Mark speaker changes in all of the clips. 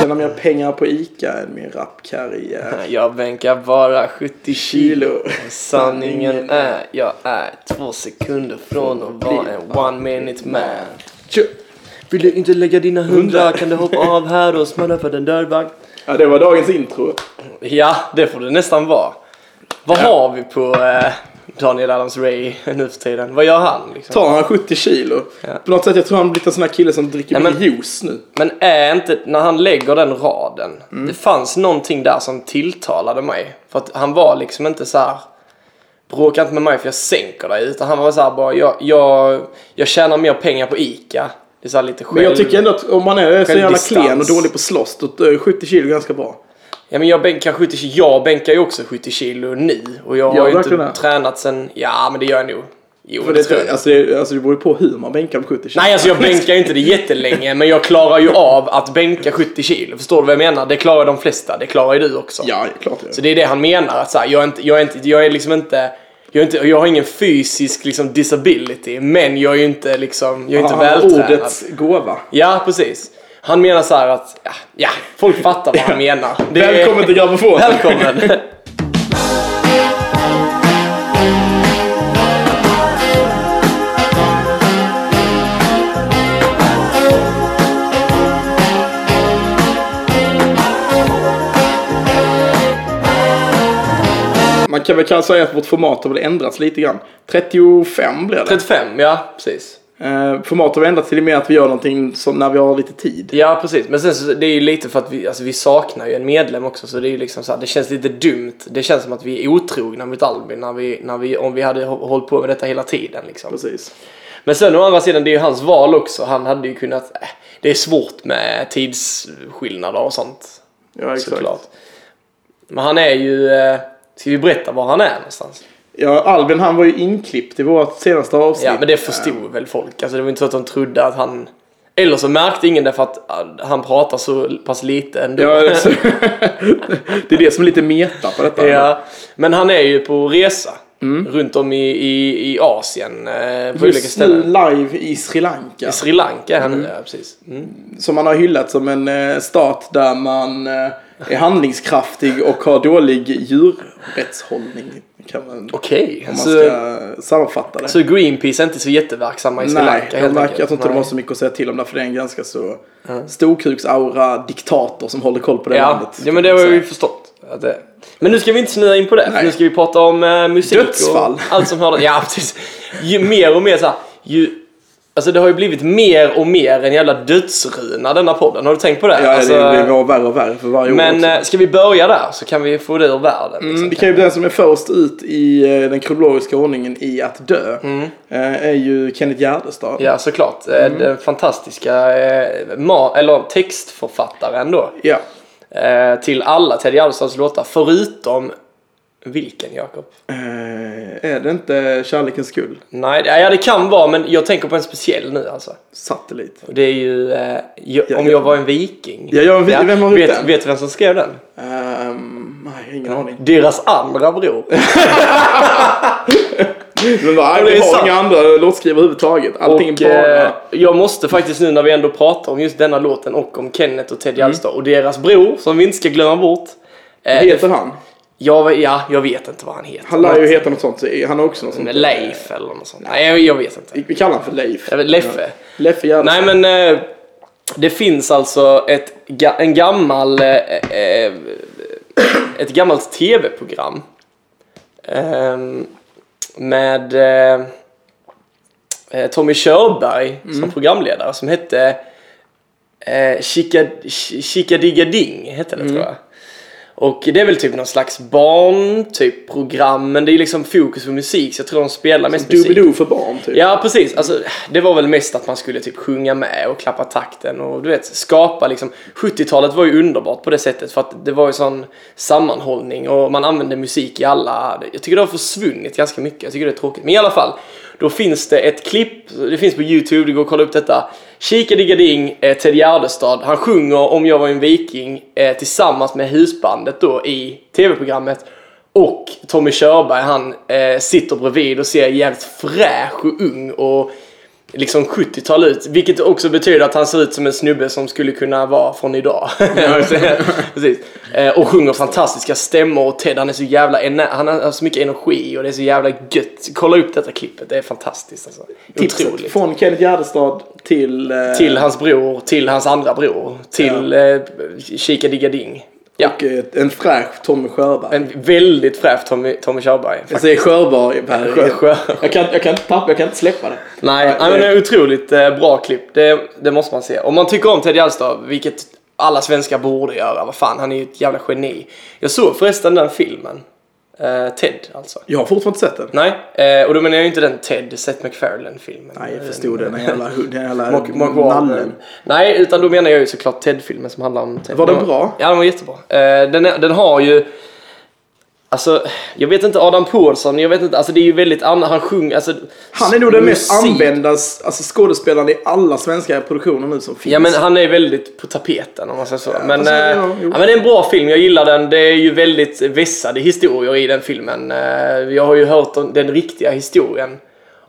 Speaker 1: tjänar mer pengar på ICA än min rapkarriär.
Speaker 2: Jag bänkar bara 70 kilo.
Speaker 1: Kilo.
Speaker 2: Sanningen är, jag är två sekunder från att vara en one minute man.
Speaker 1: Tjö.
Speaker 2: Vill du inte lägga dina hundra kan du hoppa av här och smälla för den dörrvagn.
Speaker 1: Ja, det var dagens intro.
Speaker 2: Ja, det får det nästan vara. Vad har vi på eh, Daniel Adams-Ray nu för tiden? Vad gör han liksom?
Speaker 1: Tar han 70 kilo?
Speaker 2: Ja.
Speaker 1: På något sätt, jag tror han blivit en sån här kille som dricker
Speaker 2: Nej, men-
Speaker 1: mycket juice nu.
Speaker 2: Men är inte, när han lägger den raden,
Speaker 1: Mm.
Speaker 2: det fanns någonting där som tilltalade mig. För att han var liksom inte så här. bråka inte med mig för jag sänker dig. Utan han var så här bara, jag, jag, jag tjänar mer pengar på ICA. Det är så här lite själv...
Speaker 1: Men jag tycker ändå att om man är så jävla
Speaker 2: Självdistans.
Speaker 1: klen och dålig på att slåss, då är 70 kilo ganska bra.
Speaker 2: Ja men jag bänkar 70 kilo, jag bänkar ju också 70 kilo nu. Och jag har
Speaker 1: Gör
Speaker 2: ju
Speaker 1: du
Speaker 2: inte
Speaker 1: verkligen det?
Speaker 2: tränat sen, ja men det gör jag nog. Jo
Speaker 1: För
Speaker 2: det
Speaker 1: det,
Speaker 2: tror jag.
Speaker 1: alltså, det, alltså, det beror ju på hur man bänkar på 70 kilo.
Speaker 2: Nej, alltså jag bänkar ju inte det jättelänge, men jag klarar ju av att bänka 70 kilo. Förstår du vad jag menar? Det klarar de flesta, det klarar ju du också.
Speaker 1: Ja, klart jag
Speaker 2: Så
Speaker 1: gör.
Speaker 2: det är det han menar, att så här, jag, är inte, jag, är inte, jag är liksom inte... Jag, är inte, jag har ingen fysisk liksom, disability, men jag är ju inte liksom... Jag är inte
Speaker 1: Han har
Speaker 2: vältränad.
Speaker 1: Ordets gåva.
Speaker 2: Ja, precis. Han menar så här att, ja, ja folk fattar vad han menar. Det är-
Speaker 1: Välkommen till Grammofonen!
Speaker 2: Välkommen!
Speaker 1: Man kan väl kanske säga att vårt format har väl ändrats lite grann. 35 blir det.
Speaker 2: 35, ja precis.
Speaker 1: Eh, format har vi ändrats till det mer att vi gör någonting som när vi har lite tid.
Speaker 2: Ja, precis. Men sen så, det är ju lite för att vi, alltså, vi saknar ju en medlem också, så det är ju liksom så här, det känns lite dumt. Det känns som att vi är otrogna mot Albin när vi, när vi, om vi hade hå- hållit på med detta hela tiden liksom.
Speaker 1: Precis.
Speaker 2: Men sen å andra sidan, det är ju hans val också. Han hade ju kunnat, äh, det är svårt med tidsskillnader och sånt.
Speaker 1: Ja, exakt.
Speaker 2: Såklart. Men han är ju, eh, ska vi berätta var han är någonstans?
Speaker 1: Ja, Albin han var ju inklippt i vårt senaste avsnitt.
Speaker 2: Ja, men det förstod väl folk. Alltså det var inte så att de trodde att han... Eller så märkte ingen det för att ah, han pratar så pass lite ändå.
Speaker 1: Ja, det är så- det är det som är lite meta på detta.
Speaker 2: Ja, men han är ju på resa runt om i, i, i Asien eh, på olika
Speaker 1: Mm. Just nu
Speaker 2: ställen.
Speaker 1: live i Sri Lanka.
Speaker 2: I Sri Lanka är han nu, ja precis. Mm.
Speaker 1: Som man har hyllat som en eh, stat där man eh, är handlingskraftig och har dålig djurrättshållning. Kan man, om
Speaker 2: Okej,
Speaker 1: man
Speaker 2: så,
Speaker 1: ska sammanfatta det.
Speaker 2: så Greenpeace är inte så jätteverksamma i Sri
Speaker 1: Nej,
Speaker 2: Lanka
Speaker 1: jag,
Speaker 2: helt
Speaker 1: märker,
Speaker 2: enkelt.
Speaker 1: jag tror inte de
Speaker 2: Nej.
Speaker 1: har så mycket att säga till om där för det är en ganska så storkuksaura diktator som håller koll på det
Speaker 2: Ja,
Speaker 1: landet.
Speaker 2: ja, men det har vi förstått. Att det... Men nu ska vi inte snöa in på det. för
Speaker 1: Nej.
Speaker 2: Nu ska vi prata om eh, musik
Speaker 1: Dödsfall.
Speaker 2: och allt som hör Ja, precis. Ju mer och mer så här, ju... Alltså det har ju blivit mer och mer en jävla dödsruna denna podden. Har du tänkt på det?
Speaker 1: Ja,
Speaker 2: alltså,
Speaker 1: det, det går värre och värre för varje år.
Speaker 2: men
Speaker 1: också.
Speaker 2: eh, ska vi börja där så kan vi få det ur världen. Liksom.
Speaker 1: Mm, vi kan ju den som är först ut i eh, den kronologiska ordningen i att dö eh, är ju Kenneth Gärdestad.
Speaker 2: Mm. Ja, såklart. Eh,
Speaker 1: Mm.
Speaker 2: Den fantastiska eh, ma- eller textförfattaren då.
Speaker 1: Ja.
Speaker 2: Eh, till alla Ted Gärdestads låtar förutom vilken Jakob?
Speaker 1: Eh, är det inte kärlekens skull?
Speaker 2: Nej, det- ja det kan vara men jag tänker på en speciell nu alltså.
Speaker 1: Satellit.
Speaker 2: Och det är ju eh, jag,
Speaker 1: Ja,
Speaker 2: om
Speaker 1: ja.
Speaker 2: jag var en viking.
Speaker 1: Ja, jag- vi- vem har gjort
Speaker 2: vet,
Speaker 1: den?
Speaker 2: vet du vem som skrev den?
Speaker 1: Ehm, nej, jag har
Speaker 2: Mm.
Speaker 1: ingen aning.
Speaker 2: Deras andra bror.
Speaker 1: Men nej,
Speaker 2: det är
Speaker 1: vi har
Speaker 2: sant.
Speaker 1: inga andra låtskrivare överhuvudtaget. Allting
Speaker 2: och,
Speaker 1: bara...
Speaker 2: eh, jag måste faktiskt nu när vi ändå pratar om just denna låten och om Kenneth och
Speaker 1: Mm.
Speaker 2: Ted Gärdestad och deras bror som vi inte ska glömma bort. Eh,
Speaker 1: heter han?
Speaker 2: Jag, ja, jag vet inte vad han heter.
Speaker 1: Han lär ju heta något sånt. så är- Han har också något sånt.
Speaker 2: Mm, Leif eller något sånt. Nej, jag, jag vet inte.
Speaker 1: Vi vi kallar honom för Leif.
Speaker 2: Jag vet, Leffe.
Speaker 1: Leffe Gärdestad.
Speaker 2: Nej, men eh, det finns alltså ett, ga- en gammal, eh, eh, ett gammalt tv-program. ehm, med eh, eh, Tommy Körberg som programledare som hette eh, Chica- Chi- Chickadiggading hette det tror jag. Och det är väl typ någon slags barn typ program men det är liksom fokus på musik så jag tror de spelar mest musik.
Speaker 1: Doobidoo för barn typ.
Speaker 2: Ja, precis. Alltså, det var väl mest att man skulle typ sjunga med och klappa takten och du vet, skapa liksom. 70-talet var ju underbart på det sättet för att det var ju sån sammanhållning och man använde musik i alla. Jag tycker det har försvunnit ganska mycket. Jag tycker det är tråkigt. Men i alla fall, då finns det ett klipp. Det finns på YouTube, det går att kolla upp detta. Kikadigading, eh, Ted Gärdestad. Han sjunger Om jag var en viking eh, tillsammans med husbandet då i tv-programmet. Och Tommy Körberg han eh, sitter bredvid och ser jävligt fräsch och ung och liksom 70-tal ut. Vilket också betyder att han ser ut som en snubbe som skulle kunna vara från idag. Precis. Eh, Och sjunger fantastiska stämmor och Ted han är så jävla ener- han har så mycket energi och det är så jävla gött. Kolla upp detta klippet, det är fantastiskt alltså.
Speaker 1: Tipset
Speaker 2: Otroligt.
Speaker 1: från Kenneth Gärdestad till... eh,
Speaker 2: Till hans bror, till hans andra bror, till eh, Kika Digga Ding. Ja,
Speaker 1: Och eh, en fräsch Tommy Sjöberg.
Speaker 2: en väldigt fräsch Tommy, Tommy Körberg.
Speaker 1: Alltså, jag säger Sjöberg. här.
Speaker 2: Sjö- Sjö.
Speaker 1: Jag, kan, jag, kan inte tappa, jag kan inte släppa det.
Speaker 2: Nej, nej, men det är otroligt eh, bra klipp. Det, det måste man se. Om man tycker om Ted Gärdestad, vilket alla svenskar borde göra, vad fan, han är ju ett jävla geni. Jag såg förresten den filmen. Eh, Ted, alltså.
Speaker 1: Jag har fortfarande inte sett den.
Speaker 2: Nej, eh, och då menar jag ju inte den Ted, Seth MacFarlane-filmen. Eh,
Speaker 1: Nej, jag förstod det. Den jävla, den jävla
Speaker 2: Mark, Mark Wahlberg.
Speaker 1: nallen.
Speaker 2: Nej, utan då menar jag ju såklart Ted-filmen som handlar om Ted.
Speaker 1: Var den
Speaker 2: Ja,
Speaker 1: bra?
Speaker 2: Ja, den var jättebra. Eh, Den, är- den har ju... Alltså, jag vet inte, Adam Pålsson, jag vet inte, alltså det är ju väldigt annorlunda, han sjunger, alltså...
Speaker 1: Han är nog den mest
Speaker 2: musik-
Speaker 1: använda alltså, skådespelaren i alla svenska produktioner nu som finns.
Speaker 2: Ja men han är väldigt på tapeten om man säger så. men,
Speaker 1: fast,
Speaker 2: eh,
Speaker 1: ja,
Speaker 2: ja,
Speaker 1: jo.
Speaker 2: men det är en bra film, jag gillar den. Det är ju väldigt vässade historier i den filmen. Eh, Jag har ju hört om den riktiga historien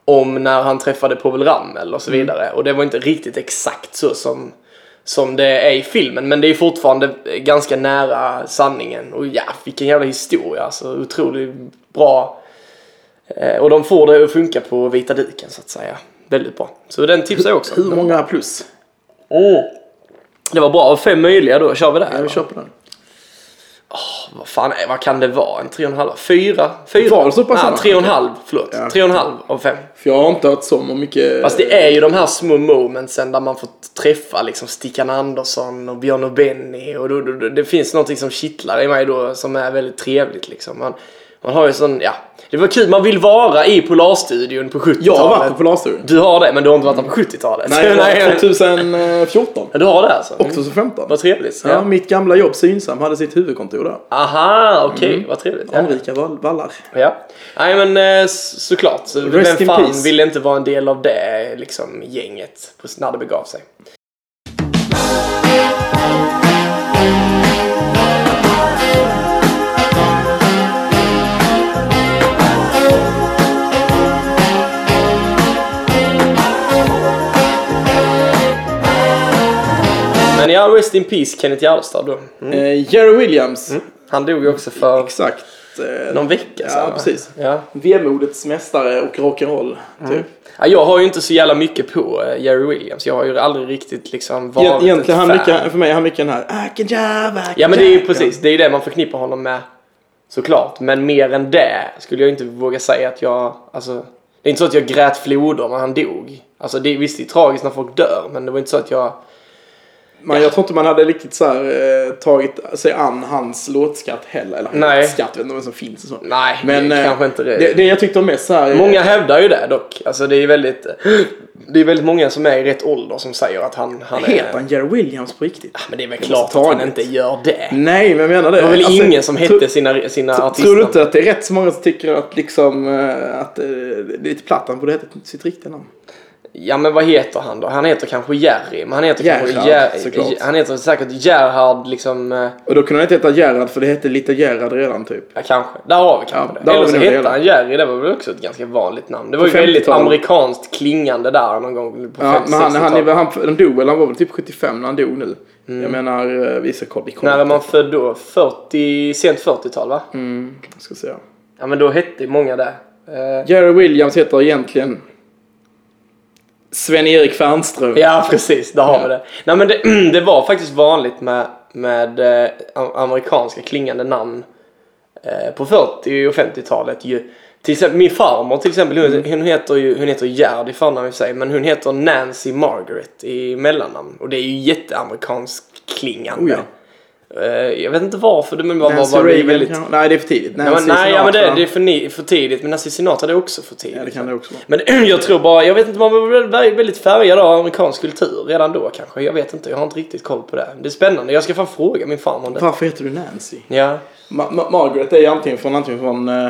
Speaker 2: om när han träffade Povel Ramel och så
Speaker 1: Mm.
Speaker 2: vidare. Och det var inte riktigt exakt så som, som det är i filmen. Men det är fortfarande ganska nära sanningen. Och ja, vilken jävla historia. Alltså otroligt bra. Eh, Och de får det att funka på vita duken så att säga. Väldigt bra. Så den tipsar jag också.
Speaker 1: Hur många plus?
Speaker 2: Det var bra. Av fem möjliga då, kör vi där?
Speaker 1: Ja, vi
Speaker 2: då?
Speaker 1: kör på den.
Speaker 2: Vad fan, är- vad kan det vara? En tre och en halv? Fyra? Fyra?
Speaker 1: Var det så pass
Speaker 2: Nej,
Speaker 1: många?
Speaker 2: tre och en halv, förlåt.
Speaker 1: Ja.
Speaker 2: Tre och en halv av fem.
Speaker 1: För jag har inte hört så mycket...
Speaker 2: Fast det är ju de här små momentsen där man får träffa liksom Stickan Andersson och Björn och Benny och då, då, då, det finns någonting som kittlar i mig då som är väldigt trevligt liksom. Man, man har ju sån, ja. Det var kul, man vill vara i Polarstudion på 70-talet.
Speaker 1: Jag har varit på Polarstudion.
Speaker 2: Du har det, men du har inte varit där på 70-talet.
Speaker 1: Nej, det var 2014.
Speaker 2: Men Du har det alltså?
Speaker 1: Och 2015.
Speaker 2: Vad trevligt.
Speaker 1: Ja, mitt gamla jobb Synsam hade sitt huvudkontor där.
Speaker 2: Aha, okej,
Speaker 1: Mm.
Speaker 2: vad trevligt. Ja.
Speaker 1: Anrika Wall- Wallar.
Speaker 2: Ja. Nej men eh, s- såklart. Så
Speaker 1: Rest
Speaker 2: vem
Speaker 1: in
Speaker 2: fan
Speaker 1: peace.
Speaker 2: ville inte vara en del av det liksom, gänget på- när det begav sig? Men ja, Rest in Peace Kenneth Gärdestad då. Mm.
Speaker 1: Eh, Jerry Williams.
Speaker 2: Han dog ju också för
Speaker 1: Exakt. Eh,
Speaker 2: Mm. någon vecka sedan.
Speaker 1: Ja,
Speaker 2: va?
Speaker 1: precis.
Speaker 2: Ja.
Speaker 1: Vemodets mästare och rock'n'roll. Typ.
Speaker 2: Ja, jag har ju inte så jävla mycket på eh, Jerry Williams. Jag har ju aldrig riktigt liksom varit
Speaker 1: Egent- Egentligen, han
Speaker 2: ett fan.
Speaker 1: mycket, för mig är han mycket den här "Ah, I can jive, I can
Speaker 2: Ja, men det är ju
Speaker 1: jive.
Speaker 2: precis. Det är ju det man förknippar honom med. Såklart. Men mer än det skulle jag inte våga säga att jag... Alltså, det är inte så att jag grät floder när han dog. Alltså, det, visst, det är tragiskt när folk dör, men det var inte så att jag...
Speaker 1: Men jag tror inte man hade riktigt så här, eh, tagit sig an hans låtskatt heller. Eller
Speaker 2: Nej.
Speaker 1: hans skatt, jag vet inte vad som finns och så.
Speaker 2: Nej,
Speaker 1: Men,
Speaker 2: det, är
Speaker 1: eh,
Speaker 2: kanske inte det.
Speaker 1: Det, det jag tyckte om mest så här. eh,
Speaker 2: Många hävdar ju det dock. Alltså, det är ju väldigt... Det är väldigt många som är i rätt ålder som säger att han, han är...
Speaker 1: Heter han Jerry Williams på riktigt?
Speaker 2: Men det är väl klart att
Speaker 1: ta
Speaker 2: han
Speaker 1: det.
Speaker 2: inte gör det.
Speaker 1: Nej, men jag menar det.
Speaker 2: Det var väl
Speaker 1: Alltså,
Speaker 2: ingen som
Speaker 1: tro-
Speaker 2: hette sina, sina artister.
Speaker 1: Tror du inte att det är rätt så många som tycker att liksom eh, att eh, det är lite platt, han borde heta sitt riktiga namn?
Speaker 2: Ja men vad heter han då? Han heter kanske Jerry, men han heter kanske
Speaker 1: Gerhard,
Speaker 2: Jer-
Speaker 1: såklart.
Speaker 2: J- Han heter säkert Gerhard liksom, eh,
Speaker 1: Och då kunde han inte heta Gerhard för det hette lite Gerhard redan typ.
Speaker 2: ja kanske. Där har vi kanske
Speaker 1: Ja,
Speaker 2: det.
Speaker 1: där har
Speaker 2: Eller
Speaker 1: vi
Speaker 2: så
Speaker 1: nog det
Speaker 2: hette
Speaker 1: hela.
Speaker 2: han Jerry, det var väl också ett ganska vanligt namn. Det var
Speaker 1: På
Speaker 2: ju väldigt
Speaker 1: 50-talet.
Speaker 2: amerikanskt klingande där någon gång på
Speaker 1: Ja,
Speaker 2: 50
Speaker 1: men han, han,
Speaker 2: 60-talet.
Speaker 1: han, han, han dog väl, han var väl typ 75 när han dog nu.
Speaker 2: Mm.
Speaker 1: Jag menar, eh, vi ska kolla. vi kollar
Speaker 2: När är
Speaker 1: inte.
Speaker 2: man född då? 40, sent 40-tal va?
Speaker 1: Mm, jag ska se.
Speaker 2: Ja men då hette ju många det. Eh,
Speaker 1: Jerry Williams heter egentligen Sven-Erik Fernström.
Speaker 2: Ja, precis. Där har vi det. Nej, men det, det var faktiskt vanligt med, med eh, am- amerikanska klingande namn eh, på 40 och 50-talet. Ju, till exempel, min farmor till exempel, hon,
Speaker 1: Mm.
Speaker 2: hon heter ju hon heter Gerd i förnamn i sig, men hon heter Nancy Margaret i mellannamn. Och det är ju jätteamerkansk klingande.
Speaker 1: Oh ja.
Speaker 2: Eh, jag vet inte varför, men det var
Speaker 1: Nancy
Speaker 2: bara det är
Speaker 1: Reagan
Speaker 2: väldigt...
Speaker 1: kan- Nej, det är för tidigt.
Speaker 2: Nej, men,
Speaker 1: Nancy
Speaker 2: nej ja, men det,
Speaker 1: Sinatra.
Speaker 2: det är för, ni, för tidigt. Men Nancy Sinatra det är också för tidigt.
Speaker 1: Ja, det kan det också vara.
Speaker 2: Men jag tror bara, jag vet inte, man var väl vä- väldigt färgad av amerikansk kultur redan då kanske. Jag vet inte, jag har inte riktigt koll på det. Det är spännande, jag ska fan fråga min farmor om det.
Speaker 1: Varför heter du Nancy?
Speaker 2: Ja.
Speaker 1: Ma- Ma- Margaret är ju antingen från, antingen från eh,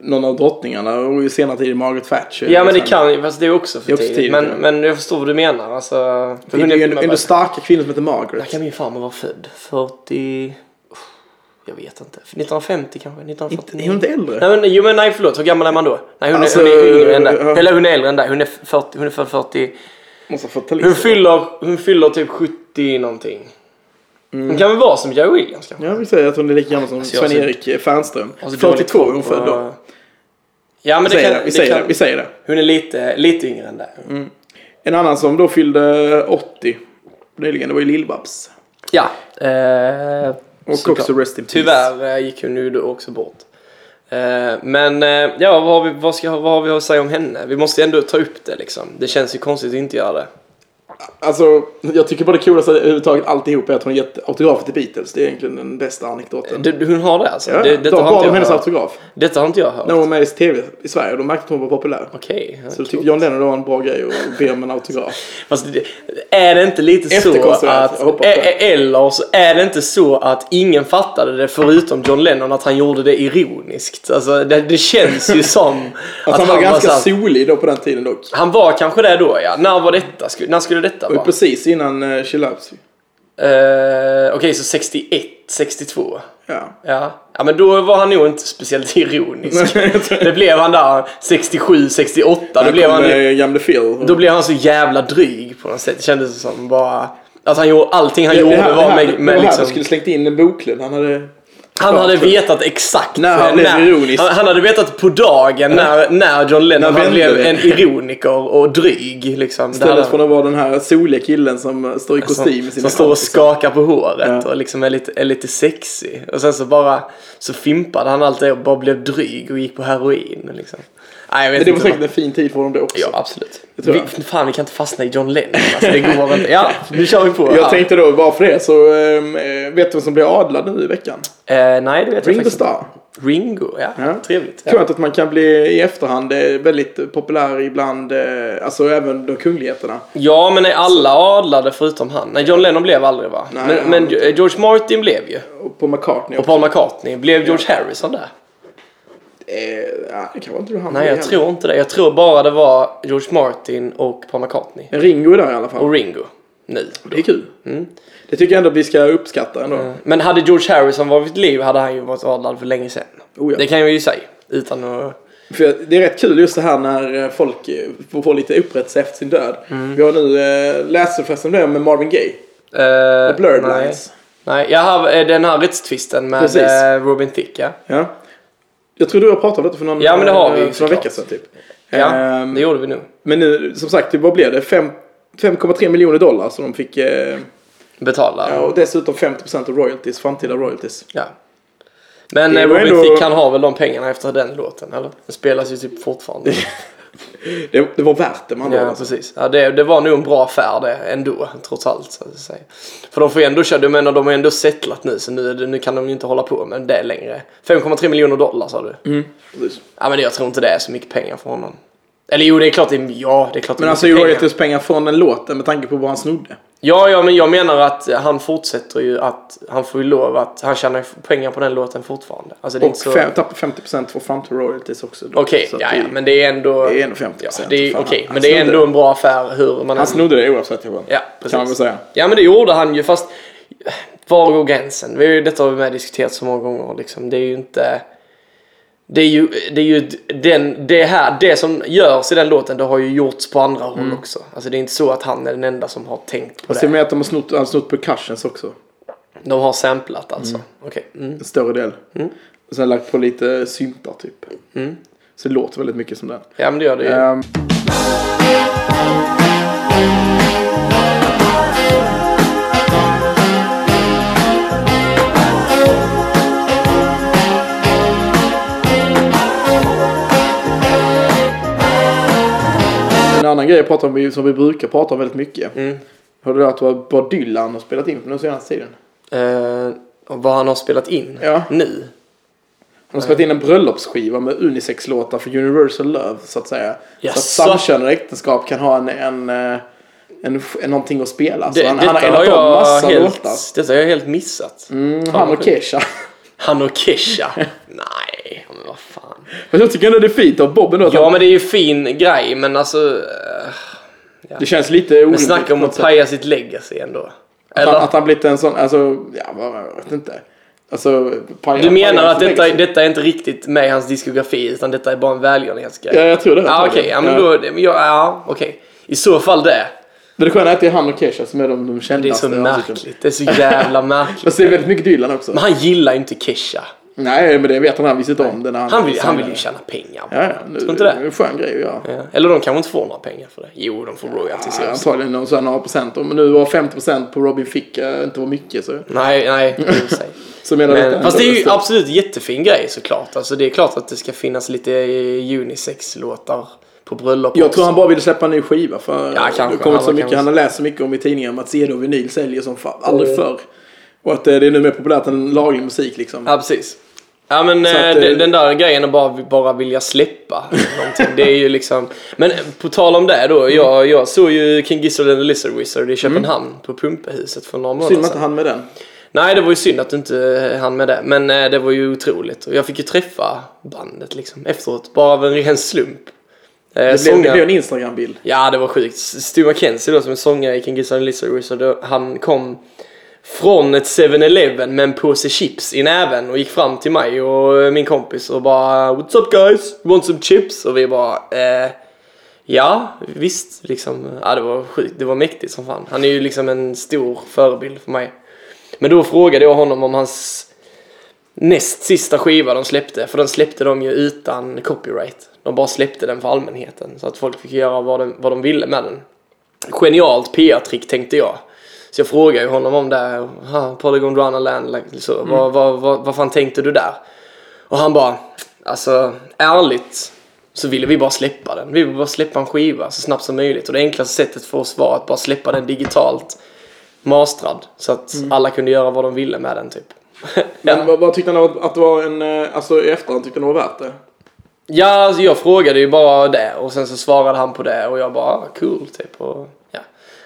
Speaker 1: någon av drottningarna och i senare tid Margaret Thatcher.
Speaker 2: ja, men det
Speaker 1: liksom.
Speaker 2: kan ju, fast det är också för
Speaker 1: Det är också
Speaker 2: tidigt.
Speaker 1: tidigt,
Speaker 2: men,
Speaker 1: ja.
Speaker 2: men jag förstår vad du menar. Alltså, för
Speaker 1: Det är
Speaker 2: hon
Speaker 1: ju
Speaker 2: är-
Speaker 1: ändå, ändå starka kvinnor som heter Margaret.
Speaker 2: När kan min farmor vara född? 40... Jag vet inte. 1950 kanske?
Speaker 1: Inte- Är hon
Speaker 2: 1949?
Speaker 1: inte äldre?
Speaker 2: Nej, men, jo men nej förlåt, hur gammal är man då? Nej hon,
Speaker 1: Alltså,
Speaker 2: är, hon är yngre än
Speaker 1: ja.
Speaker 2: dig. Eller hon är äldre än dig. Hon är 40, hon är född 40.
Speaker 1: Måste ha fått ta
Speaker 2: Hon
Speaker 1: lite.
Speaker 2: fyller, hon fyller typ 70 någonting.
Speaker 1: Mm.
Speaker 2: Hon kan väl vara som Jerry Williams kanske?
Speaker 1: Jag vill säga att hon är lika gammal som
Speaker 2: Alltså, jag har Alltså,
Speaker 1: Sven-Erik Fernström.
Speaker 2: Har så dålig
Speaker 1: 42 är hon
Speaker 2: koll på-
Speaker 1: född då.
Speaker 2: Ja men
Speaker 1: Vi
Speaker 2: det
Speaker 1: säger
Speaker 2: kan,
Speaker 1: det, vi
Speaker 2: det
Speaker 1: säger
Speaker 2: kan,
Speaker 1: det, vi Mm. säger det.
Speaker 2: Hon är lite, lite yngre än dig.
Speaker 1: En annan som då fyllde 80 nyligen, det var ju Lill-Babs.
Speaker 2: Ja. Eh,
Speaker 1: Och
Speaker 2: såklart.
Speaker 1: också Rest in Peace.
Speaker 2: Tyvärr eh, gick hon nu då också bort. Eh, men eh, ja, vad har, vi, vad, ska, vad har vi att säga om henne? Vi måste ju ändå ta upp det liksom. Det känns ju konstigt att inte göra det.
Speaker 1: Alltså, jag tycker bara det coolaste överhuvudtaget alltihop är att hon gett autografer till Beatles. Det är egentligen den bästa anekdoten.
Speaker 2: Du, hon har det alltså?
Speaker 1: ja,
Speaker 2: det,
Speaker 1: då bad de
Speaker 2: jag
Speaker 1: hennes
Speaker 2: hört.
Speaker 1: autograf.
Speaker 2: Detta har inte jag hört.
Speaker 1: När hon var med i tv i Sverige, då märkte att hon var populär.
Speaker 2: Okej.
Speaker 1: Så
Speaker 2: ja,
Speaker 1: då
Speaker 2: cool.
Speaker 1: tyckte John Lennon det var en bra grej att be om en autograf.
Speaker 2: Fast det- är det inte lite så
Speaker 1: Efterkonstruerat,
Speaker 2: att...
Speaker 1: jag hoppas
Speaker 2: e-
Speaker 1: det.
Speaker 2: e- Eller så är det inte så att ingen fattade det förutom John Lennon att han gjorde det ironiskt. Alltså det, det känns ju som...
Speaker 1: Att han Alltså, var ganska
Speaker 2: så här-
Speaker 1: solig då på den tiden dock.
Speaker 2: Han var kanske där då ja. När var detta? Skulle- När skulle detta
Speaker 1: Det var
Speaker 2: vara?
Speaker 1: ju precis innan uh, She Loves You.
Speaker 2: Eh, Okej, så 61, 62.
Speaker 1: Ja.
Speaker 2: Ja. ja, men då var han nog inte speciellt ironisk.
Speaker 1: Nej, jag tror-
Speaker 2: det blev han där 67, 68. Då
Speaker 1: Här
Speaker 2: blev,
Speaker 1: kom
Speaker 2: han,
Speaker 1: eh, gamle Phil.
Speaker 2: då blev han så jävla dryg på något sätt. Det kändes som bara... Att han gjorde, allting han gjorde
Speaker 1: det här,
Speaker 2: var
Speaker 1: det här,
Speaker 2: med,
Speaker 1: det
Speaker 2: med
Speaker 1: var här
Speaker 2: liksom...
Speaker 1: du skulle slängt in en boklund. Han hade...
Speaker 2: Han hade
Speaker 1: klart.
Speaker 2: vetat exakt
Speaker 1: När han blev ironisk.
Speaker 2: han, han hade vetat på dagen när, när John Lennon
Speaker 1: När
Speaker 2: han
Speaker 1: vände
Speaker 2: blev
Speaker 1: det?
Speaker 2: en ironiker och dryg. Liksom. Det hade-
Speaker 1: Istället för att vara den här soliga killen som står i kostym i
Speaker 2: som,
Speaker 1: sina
Speaker 2: som står och
Speaker 1: kompisar.
Speaker 2: skakar på håret
Speaker 1: Ja.
Speaker 2: och liksom är lite, är lite sexy. Och sen så bara så fimpade han allt det och bara blev dryg och gick på heroin. Liksom. Nej, jag vet
Speaker 1: Men det var
Speaker 2: inte
Speaker 1: säkert
Speaker 2: vad-
Speaker 1: en fin tid för honom då också.
Speaker 2: Ja, absolut.
Speaker 1: tror
Speaker 2: Vi,
Speaker 1: jag.
Speaker 2: fan, vi kan inte fastna i John Lennon. Alltså, det går inte. Ja, nu kör vi på.
Speaker 1: Jag
Speaker 2: Ja.
Speaker 1: tänkte då, bara för det, så ehm, eh, vet du vem som blir adlad nu i veckan?
Speaker 2: Eh, nej, det vet jag
Speaker 1: Ring the
Speaker 2: faktiskt
Speaker 1: Star.
Speaker 2: inte. Ringo, ja.
Speaker 1: Ja.
Speaker 2: Trevligt. Ja.
Speaker 1: Skönt att man kan bli i efterhand eh, väldigt populär ibland, eh, alltså även de kungligheterna.
Speaker 2: Ja, men är alla adlade förutom han? Nej, John Lennon blev aldrig va?
Speaker 1: Nej,
Speaker 2: men
Speaker 1: han-
Speaker 2: men George Martin blev ju.
Speaker 1: Och på McCartney
Speaker 2: Och Paul McCartney. Blev George Harrison där?
Speaker 1: Eh, ja, det kan vara inte du han
Speaker 2: Nej,
Speaker 1: blev
Speaker 2: jag
Speaker 1: heller.
Speaker 2: tror inte det. Jag tror bara det var George Martin och Paul McCartney.
Speaker 1: Ringo är där i alla fall.
Speaker 2: Och Mm. Ringo. Nu.
Speaker 1: Det är kul. Det tycker jag ändå att vi ska uppskatta ändå.
Speaker 2: Eh, Men hade George Harrison varit vid liv hade han ju varit adlad för länge sedan.
Speaker 1: Oh ja.
Speaker 2: Det kan jag ju säga. Utan att...
Speaker 1: För det är rätt kul just det här när eh, folk eh, får- får lite upprättelse efter sin död.
Speaker 2: Mm.
Speaker 1: Vi har nu, eh, läste förresten det med Marvin Gaye.
Speaker 2: Uh,
Speaker 1: Blurred
Speaker 2: nej.
Speaker 1: Lines.
Speaker 2: Nej, jag har eh, den här rättstvisten med
Speaker 1: Precis.
Speaker 2: eh, Robin Thicke. Ja,
Speaker 1: Ja. Jag tror du har pratat om detta för någon,
Speaker 2: Ja, men det har vi ju
Speaker 1: eh, för någon
Speaker 2: såklart.
Speaker 1: vecka sedan typ.
Speaker 2: ja
Speaker 1: Ehm,
Speaker 2: det gjorde vi nu.
Speaker 1: Men nu, som sagt, vad blev det? Fem- 5,3 miljoner dollar som de fick. Eh,
Speaker 2: Betala.
Speaker 1: ja, och dessutom 50% av royalties, framtida royalties.
Speaker 2: Ja. Men
Speaker 1: Det
Speaker 2: eh,
Speaker 1: var
Speaker 2: Robin
Speaker 1: ändå-
Speaker 2: Thicke han har väl de pengarna efter den låten, eller? Den spelas ju typ fortfarande.
Speaker 1: Det, det var värt det man
Speaker 2: ja, precis. Ja, det, det var nog en bra affär det, ändå, trots allt. Så att säga. För de får ju ändå köra, jag menar de har ju ändå settlat nu, så nu, är det- nu kan de ju inte hålla på med det längre. 5,3 miljoner dollar sa du?
Speaker 1: Mm.
Speaker 2: Ja, men jag tror inte det är så mycket pengar för honom. Eller jo, det är klart det är, ja, det är klart det
Speaker 1: Men
Speaker 2: är
Speaker 1: alltså är
Speaker 2: mycket pengar.
Speaker 1: royalties pengar från den låten med tanke på vad han snodde.
Speaker 2: Ja, ja, men jag menar att han fortsätter ju att, han får ju lov att, han tjänar ju pengar på den låten fortfarande. Alltså, det är
Speaker 1: Och
Speaker 2: inte så...
Speaker 1: fem, tappade 50% från framtida royalties också. då.
Speaker 2: Okej,
Speaker 1: Så att
Speaker 2: ja,
Speaker 1: det-
Speaker 2: ja, men det är ändå...
Speaker 1: det är ändå 50%,
Speaker 2: Ja, det är,
Speaker 1: fan.
Speaker 2: okej,
Speaker 1: Han
Speaker 2: men det är
Speaker 1: snodde
Speaker 2: ändå en bra affär hur man... än-
Speaker 1: Han snodde det oavsett hur
Speaker 2: Ja, precis.
Speaker 1: Kan man väl säga.
Speaker 2: Ja, men det gjorde han ju, fast... Var går gränsen? Vi har ju- Detta har vi med diskuterat så många gånger, liksom. Det är ju inte... Det är ju, det är ju den, det här, det som görs i den låten, det har ju gjorts på andra håll också. Alltså det är inte så att han är den enda som har tänkt på
Speaker 1: Mm. Fast i och
Speaker 2: det.
Speaker 1: med att de har snott, han har snott percussions också.
Speaker 2: De har samplat alltså. Okej. Mm.
Speaker 1: En större del. Och sen lagt på lite syntar typ. Så det låter väldigt mycket som det.
Speaker 2: Ja, men det gör det ju.
Speaker 1: Ehm, En annan grej jag pratar om är ju som vi brukar prata om väldigt mycket. Hörde du att det var bara Dylan har spelat in på den senaste tiden?
Speaker 2: Eh, och vad han har spelat in
Speaker 1: Ja.
Speaker 2: nu.
Speaker 1: De har spelat in en bröllopsskiva med unisex-låtar för Universal Love så att säga. Så
Speaker 2: Jaså?
Speaker 1: att samkönade äktenskap kan ha en, en, eh, en, en, någonting att spela. Så
Speaker 2: Det,
Speaker 1: han,
Speaker 2: detta,
Speaker 1: han har eldat om
Speaker 2: jag
Speaker 1: massa
Speaker 2: helt,
Speaker 1: låtar.
Speaker 2: detta har jag helt missat.
Speaker 1: Mm, Han och Kesha.
Speaker 2: Han och Kesha. Nej, men vad fan.
Speaker 1: Men jag tycker ändå det är fint av Bob ändå. att
Speaker 2: Ja,
Speaker 1: han-
Speaker 2: men det är ju fin grej, men alltså... eh,
Speaker 1: Det känns lite orimligt.
Speaker 2: Men snacka om
Speaker 1: på något
Speaker 2: att
Speaker 1: sätt.
Speaker 2: paja sitt legacy ändå.
Speaker 1: Att han,
Speaker 2: Eller?
Speaker 1: att han blivit en sån, alltså, ja, vad- jag vet inte. Alltså, pajar-
Speaker 2: Du menar
Speaker 1: pajar
Speaker 2: att
Speaker 1: för länge
Speaker 2: detta,
Speaker 1: sedan.
Speaker 2: detta är inte riktigt med i hans diskografi utan detta är bara en välgörenhetsgrej?
Speaker 1: Ja, jag tror det.
Speaker 2: Ja, Ah, okej. Ja, men då... det- men jag- Ja, okej. I så fall det.
Speaker 1: Men det sköna är att det är han och Kesha som är de, de
Speaker 2: Det är
Speaker 1: kändaste. alltså,
Speaker 2: så
Speaker 1: ansikten.
Speaker 2: märkligt. Det är så jävla märkligt.
Speaker 1: Fast det är väldigt mycket Dylan också.
Speaker 2: Men han gillar ju inte Kesha.
Speaker 1: Nej, men det vet han. Han visste inte om det när han...
Speaker 2: Han vill, han vill ju tjäna pengar.
Speaker 1: Ja, ja. Nu,
Speaker 2: Tror inte
Speaker 1: det
Speaker 2: det?
Speaker 1: är en skön grej att göra.
Speaker 2: Ja. Eller de kanske inte får några pengar för det. Jo, de får royalties.
Speaker 1: Ja,
Speaker 2: Ja.
Speaker 1: antagligen någon sån här procent. Om nu var 50 procent på Robin fick eh, inte var mycket så,
Speaker 2: Nej, nej. i och för sig.
Speaker 1: så menar jag
Speaker 2: Men,
Speaker 1: att-
Speaker 2: fast det är ju absolut en jättefin grej såklart. Alltså, det är klart att det ska finnas lite eh, unisex-låtar på bröllop
Speaker 1: Jag
Speaker 2: också.
Speaker 1: tror han bara ville släppa en ny skiva för
Speaker 2: Ja, kanske. Mm.
Speaker 1: det kommer så
Speaker 2: Han
Speaker 1: mycket,
Speaker 2: kan-
Speaker 1: han har läst så mycket om i tidningar om att CD och vinyl säljer som fan, aldrig förr. Och att eh, det är nu mer populärt än laglig musik liksom.
Speaker 2: Ja, precis. Ja, men
Speaker 1: Så
Speaker 2: eh,
Speaker 1: att, eh,
Speaker 2: den, den där grejen att bara, bara vilja släppa någonting, det är ju liksom... Men eh, på tal om det då, jag, jag såg ju King Gizzard and the Lizard Wizard i Köpenhamn på Pumpahuset för några
Speaker 1: Mm. Synd
Speaker 2: månader
Speaker 1: att inte
Speaker 2: sedan.
Speaker 1: han med den.
Speaker 2: Nej, det var ju synd att du inte eh, hann med det, men eh, det var ju otroligt. Och jag fick ju träffa bandet liksom efteråt, bara av en ren slump. Eh,
Speaker 1: Det blev, det
Speaker 2: sångaren-
Speaker 1: blev en Instagram-bild.
Speaker 2: Ja, det var sjukt. Stu McKenzie då, som är sångare i King Gizzard and the Lizard Wizard, då, han kom från ett 7-Eleven med en påse chips i näven och gick fram till mig och eh, min kompis och bara What's up guys? You want some chips? Och vi bara eh, Ja, visst liksom. Ja, det var sjukt. Det var mäktigt som fan. Han är ju liksom en stor förebild för mig. Men då frågade jag honom om hans näst sista skiva de släppte, för den släppte de ju utan copyright. De bara släppte den för allmänheten, så att folk fick göra vad de, vad de ville med den. Genialt PR-trick tänkte jag. Så jag frågade ju honom om det, här, "Ha, Polygon Run a Land, like, så, vad, vad, vad, vad fan tänkte du där? Och han bara, alltså ärligt så ville vi bara släppa den. Vi ville bara släppa en skiva så snabbt som möjligt. Och det enklaste sättet för oss var att bara släppa den digitalt, mastrad. Så att alla kunde göra vad de ville med den typ.
Speaker 1: Men vad, vad tyckte han att- att det var en, eh, alltså i efterhand tyckte han det var värt det?
Speaker 2: Ja, alltså jag frågade ju bara det och sen så svarade han på det och jag bara ah, cool typ. Och, ja.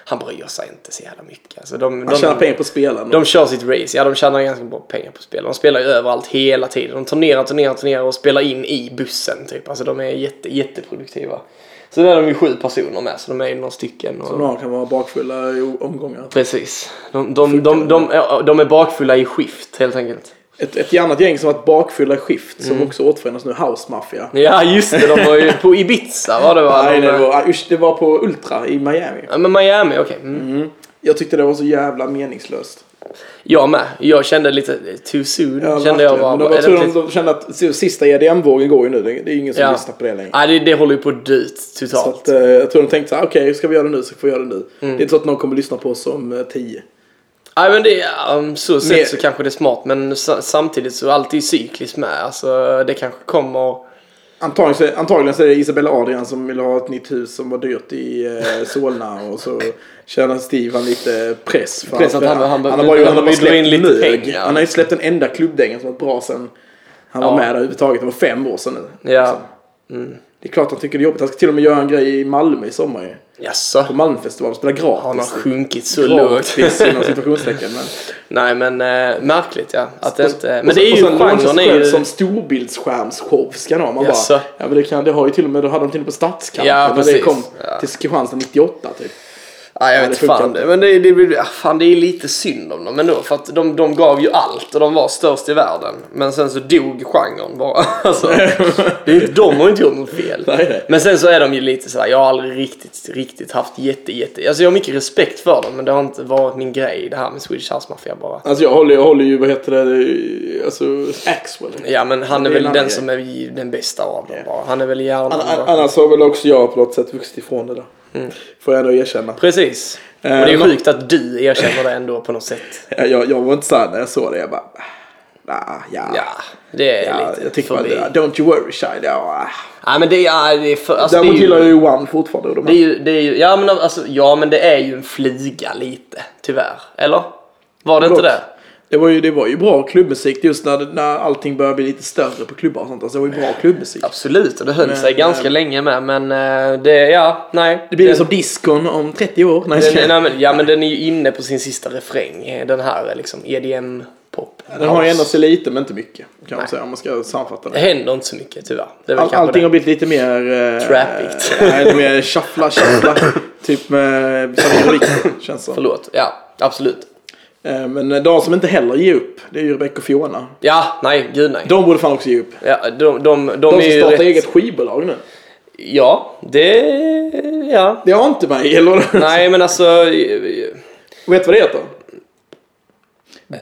Speaker 2: Han bryr sig inte så jävla mycket. Alltså, de,
Speaker 1: Han tjänar
Speaker 2: de,
Speaker 1: pengar på spelen.
Speaker 2: de kör sitt race, ja de tjänar ganska bra pengar på spel. De spelar ju överallt hela tiden. De turnerar, turnerar, turnerar och spelar in i bussen typ. Alltså de är jätte, jätteproduktiva. Så där är de ju sju personer med, så de är ju några stycken. Och...
Speaker 1: Som några kan vara bakfulla i o- omgångar.
Speaker 2: Precis. De, de, de, de, de, de är bakfulla i skift helt enkelt.
Speaker 1: Ett, ett annat gäng som varit bakfulla i skift
Speaker 2: Mm.
Speaker 1: som också återförenas nu, House Mafia.
Speaker 2: Ja just det, de var ju på Ibiza var det va?
Speaker 1: Nej,
Speaker 2: de,
Speaker 1: det var, ah, usch, det var på Ultra i Miami.
Speaker 2: Ja, men Miami, okej. Mm.
Speaker 1: Jag tyckte det var så jävla meningslöst.
Speaker 2: Jag med. Jag kände lite eh, too soon.
Speaker 1: Ja,
Speaker 2: kände jag
Speaker 1: verkligen.
Speaker 2: bara. typ-
Speaker 1: Men de,
Speaker 2: bara, är
Speaker 1: jag
Speaker 2: det
Speaker 1: tror de,
Speaker 2: inte-
Speaker 1: de kände att s- sista EDM-vågen går ju nu. Det det är ingen som lyssnar på det längre.
Speaker 2: Nej, det, det håller ju på att dö ut
Speaker 1: Så
Speaker 2: totalt.
Speaker 1: att, eh, jag tror de tänkte så här, okej, ska vi göra det nu så får vi göra
Speaker 2: Mm.
Speaker 1: det nu. Det är inte så att någon kommer lyssna på oss om eh, tio.
Speaker 2: Nej, men det är um, så sett
Speaker 1: Men-
Speaker 2: så kanske det är smart. Men sa- samtidigt så allt är ju cykliskt med. Alltså, det kanske kommer.
Speaker 1: Antagligen, så- antagligen så är det Isabella Adrian som vill ha ett nytt hus som var dyrt i eh, Solna och så känner Steve han lite press. För
Speaker 2: Press att han- han-
Speaker 1: han, har
Speaker 2: han-
Speaker 1: bara, han
Speaker 2: han
Speaker 1: har bara
Speaker 2: vill dra
Speaker 1: släppt
Speaker 2: in lite
Speaker 1: nög.
Speaker 2: pengar.
Speaker 1: Han har ju släppt den enda klubbdängen som varit bra sen han var
Speaker 2: Ja.
Speaker 1: med där överhuvudtaget. Det var fem år sedan nu.
Speaker 2: Ja. mm.
Speaker 1: Det är klart han tycker det är jobbigt. Han ska till och med göra en grej i Malmö i sommar ju.
Speaker 2: Jaså?
Speaker 1: På Malmöfestivalen, spela gratis.
Speaker 2: Har man sjunkit så lågt?
Speaker 1: Gratis inom situationstecken. Men,
Speaker 2: Nej, men eh, märkligt ja. Att det inte... eh, Men
Speaker 1: Och så-
Speaker 2: det är
Speaker 1: och
Speaker 2: ju
Speaker 1: sen launchas
Speaker 2: genren
Speaker 1: det
Speaker 2: är
Speaker 1: själv
Speaker 2: ju...
Speaker 1: Som storbildsskärmsshow ska de ha. Man
Speaker 2: Jaså?
Speaker 1: bara, ja men det, kan, det har ju till och med, då hade de till och med på Stadskampen.
Speaker 2: Ja,
Speaker 1: när det
Speaker 2: precis.
Speaker 1: kom
Speaker 2: Ja.
Speaker 1: till Kristianstad 98 typ.
Speaker 2: Nej, jag
Speaker 1: Ja,
Speaker 2: vet
Speaker 1: det funkar
Speaker 2: fan.
Speaker 1: inte.
Speaker 2: Men det, det, blir- ah, fan, det är lite synd om dem ändå. För att de, de gav ju allt och de var störst i världen. Men sen så dog genren bara. Alltså, det är, ju inte- de har ju inte gjort något fel.
Speaker 1: Nej, nej.
Speaker 2: Men sen så är de ju lite sådär, jag har aldrig riktigt, riktigt haft jätte, jätte... Alltså jag har mycket respekt för dem men det har inte varit min grej det här med Swedish House Mafia bara.
Speaker 1: Alltså jag håller, jag håller ju, vad heter det, alltså Axwell.
Speaker 2: Ja men han
Speaker 1: Det
Speaker 2: är
Speaker 1: är en
Speaker 2: väl
Speaker 1: annan Alltså,
Speaker 2: den som är ju den bästa av dem bara. Han är väl
Speaker 1: An-
Speaker 2: hjärnan
Speaker 1: an-
Speaker 2: bara.
Speaker 1: Annars har väl också jag på något sätt vuxit ifrån det där.
Speaker 2: Mm.
Speaker 1: Får jag ändå erkänna.
Speaker 2: Precis. Och
Speaker 1: Eh,
Speaker 2: det är
Speaker 1: men-
Speaker 2: sjukt att du erkänner det ändå på något sätt.
Speaker 1: Jag, jag, jag var inte såhär när jag såg det. Jag bara, "Ah, nah, ja.
Speaker 2: Ja, det är
Speaker 1: ja
Speaker 2: lite
Speaker 1: jag tycker bara,
Speaker 2: förbi.
Speaker 1: don't you worry child. Ja.
Speaker 2: Nej men det är, det är för, alltså, det är
Speaker 1: Däremot
Speaker 2: ju,
Speaker 1: gillar
Speaker 2: det
Speaker 1: jag ju One fortfarande. Och de
Speaker 2: är ju, det är ju, ja men alltså, ja men det är ju en flyga lite, tyvärr. Eller? Var det inte
Speaker 1: Dock,
Speaker 2: det?
Speaker 1: Det var, ju, det var ju bra klubbmusik just när, när allting började bli lite större på klubbar och sånt. Alltså det var ju bra klubbmusik.
Speaker 2: Absolut, och det höll
Speaker 1: Men,
Speaker 2: sig ganska
Speaker 1: eh,
Speaker 2: länge med men eh, det, ja, nej.
Speaker 1: Det blir
Speaker 2: Den-
Speaker 1: som diskon om 30 år. Nej,
Speaker 2: den,
Speaker 1: den,
Speaker 2: nej, men, ja men den är ju inne på sin sista refräng, eh, den här liksom EDM-pop.
Speaker 1: den har ju ändrat sig lite men inte mycket. Kan man
Speaker 2: Nej.
Speaker 1: säga om man ska sammanfatta
Speaker 2: Det
Speaker 1: det.
Speaker 2: händer inte så mycket tyvärr. Det är väl
Speaker 1: All,
Speaker 2: kanske
Speaker 1: allting
Speaker 2: det.
Speaker 1: har blivit lite mer... Eh,
Speaker 2: Trappigt.
Speaker 1: Nej, lite mer shuffla, shuffla. typ med samma rubrik, känns som.
Speaker 2: Förlåt, ja absolut.
Speaker 1: Eh, Men de som inte heller ger upp, det är ju Rebecca och Fiona.
Speaker 2: Ja, nej, gud nej.
Speaker 1: De borde fan också ge upp.
Speaker 2: Ja, de, de, de,
Speaker 1: De som
Speaker 2: är ju
Speaker 1: startar
Speaker 2: rätt...
Speaker 1: eget skivbolag nu.
Speaker 2: Ja, det... Ja.
Speaker 1: Det har inte mig, eller?
Speaker 2: Nej, men alltså... eh,
Speaker 1: Vet du vad det heter?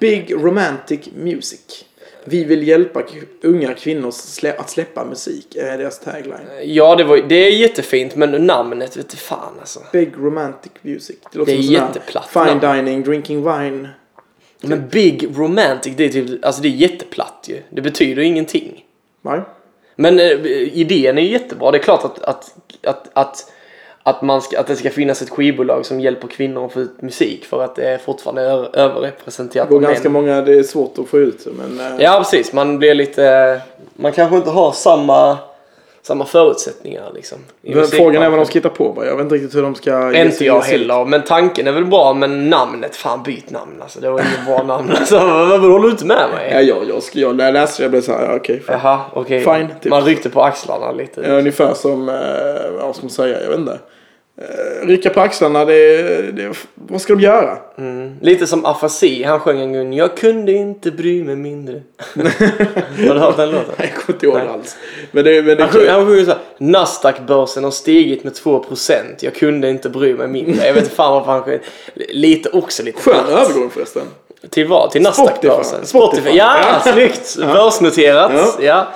Speaker 1: Big Romantic Music. Vi vill hjälpa k- unga kvinnor slä- att släppa musik, är deras tagline.
Speaker 2: Ja, det, var, det är jättefint, men namnet vet du fan alltså.
Speaker 1: Big Romantic Music. Det låter
Speaker 2: Det är
Speaker 1: som sån här
Speaker 2: jätteplatt
Speaker 1: Fine
Speaker 2: namn.
Speaker 1: dining, drinking wine.
Speaker 2: Men Big Romantic, det är, typ, alltså, det är jätteplatt ju. Det betyder ingenting.
Speaker 1: Nej.
Speaker 2: Men eh, idén är ju jättebra. Det är klart att, att, att, att, att, man ska, att det ska finnas ett skivbolag som hjälper kvinnor att få ut musik för att det är fortfarande ö-
Speaker 1: Det
Speaker 2: överrepresenterat
Speaker 1: går
Speaker 2: av män.
Speaker 1: ganska många, det är svårt att få ut men... eh,
Speaker 2: Ja, precis. Man blir lite... Man kanske inte har samma, samma förutsättningar liksom. i
Speaker 1: men frågan är vad de
Speaker 2: musikbranschen.
Speaker 1: ska hitta på bara. Jag vet inte riktigt hur de ska... ge
Speaker 2: Inte
Speaker 1: sig-
Speaker 2: jag
Speaker 1: ge sig ut.
Speaker 2: heller, men tanken är väl bra, men namnet, fan byt namn alltså. Det var inget bra namn alltså. Varför håller du inte med mig?
Speaker 1: Ja, jag, jag, jag, när jag läste det jag blev så här, ja, okej. fan.
Speaker 2: Jaha, okej.
Speaker 1: Fine, typ.
Speaker 2: Man ryckte på axlarna lite.
Speaker 1: Eh, Ungefär som, eh, ja, vad ska man säga, jag vet inte. Eh, Rycka på axlarna, det, det, vad ska de göra?
Speaker 2: Mm. Lite som afasi, han sjöng en gång Jag kunde inte bry mig mindre. Har du hört den låten?
Speaker 1: Nej, jag kommer inte ihåg
Speaker 2: Nej.
Speaker 1: det alls. Men det, men det
Speaker 2: Han sjöng, han sjöng såhär Nasdaq-börsen har stigit med 2% Jag kunde inte bry mig mindre. Jag vet inte fan varför han sjöng. Lite också lite
Speaker 1: Skön
Speaker 2: platt.
Speaker 1: övergång förresten.
Speaker 2: Till vad? Till
Speaker 1: Spotify.
Speaker 2: Nasdaq-börsen?
Speaker 1: Spotify.
Speaker 2: Ja,
Speaker 1: Ja.
Speaker 2: snyggt! Börsnoterat.
Speaker 1: Ja.
Speaker 2: Ja.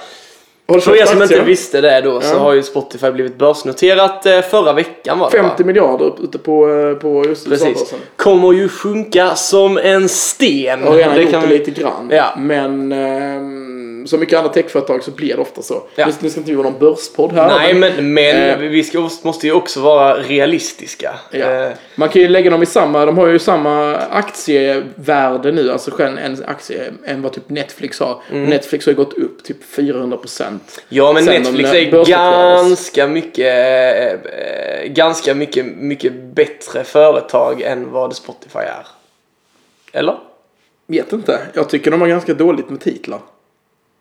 Speaker 1: Har du
Speaker 2: För er som inte
Speaker 1: aktier?
Speaker 2: visste det då så
Speaker 1: Ja.
Speaker 2: har ju Spotify blivit börsnoterat eh, förra veckan var det va?
Speaker 1: 50 miljarder upp- ute på, eh, på just
Speaker 2: Precis.
Speaker 1: USA-börsen.
Speaker 2: Kommer ju sjunka som en sten.
Speaker 1: Jag har redan gjort det
Speaker 2: vi-
Speaker 1: lite grann.
Speaker 2: Ja.
Speaker 1: Men ehm, som mycket andra techföretag så blir det ofta så.
Speaker 2: Ja.
Speaker 1: Nu, nu ska inte vi vara någon börspodd här.
Speaker 2: Nej, men, men
Speaker 1: Eh.
Speaker 2: vi ska, måste ju också vara realistiska.
Speaker 1: Ja.
Speaker 2: Eh,
Speaker 1: Man kan ju lägga dem i samma, de har ju samma aktievärde nu, alltså själv en aktie än vad typ Netflix har.
Speaker 2: Mm.
Speaker 1: Netflix har ju gått upp typ 400%.
Speaker 2: ja men
Speaker 1: Sen de
Speaker 2: Netflix
Speaker 1: när-
Speaker 2: är
Speaker 1: börsnoterades.
Speaker 2: ganska mycket, eh, eh, ganska mycket, mycket bättre företag än vad Spotify är. Eller?
Speaker 1: Vet inte, jag tycker de har ganska dåligt med titlar.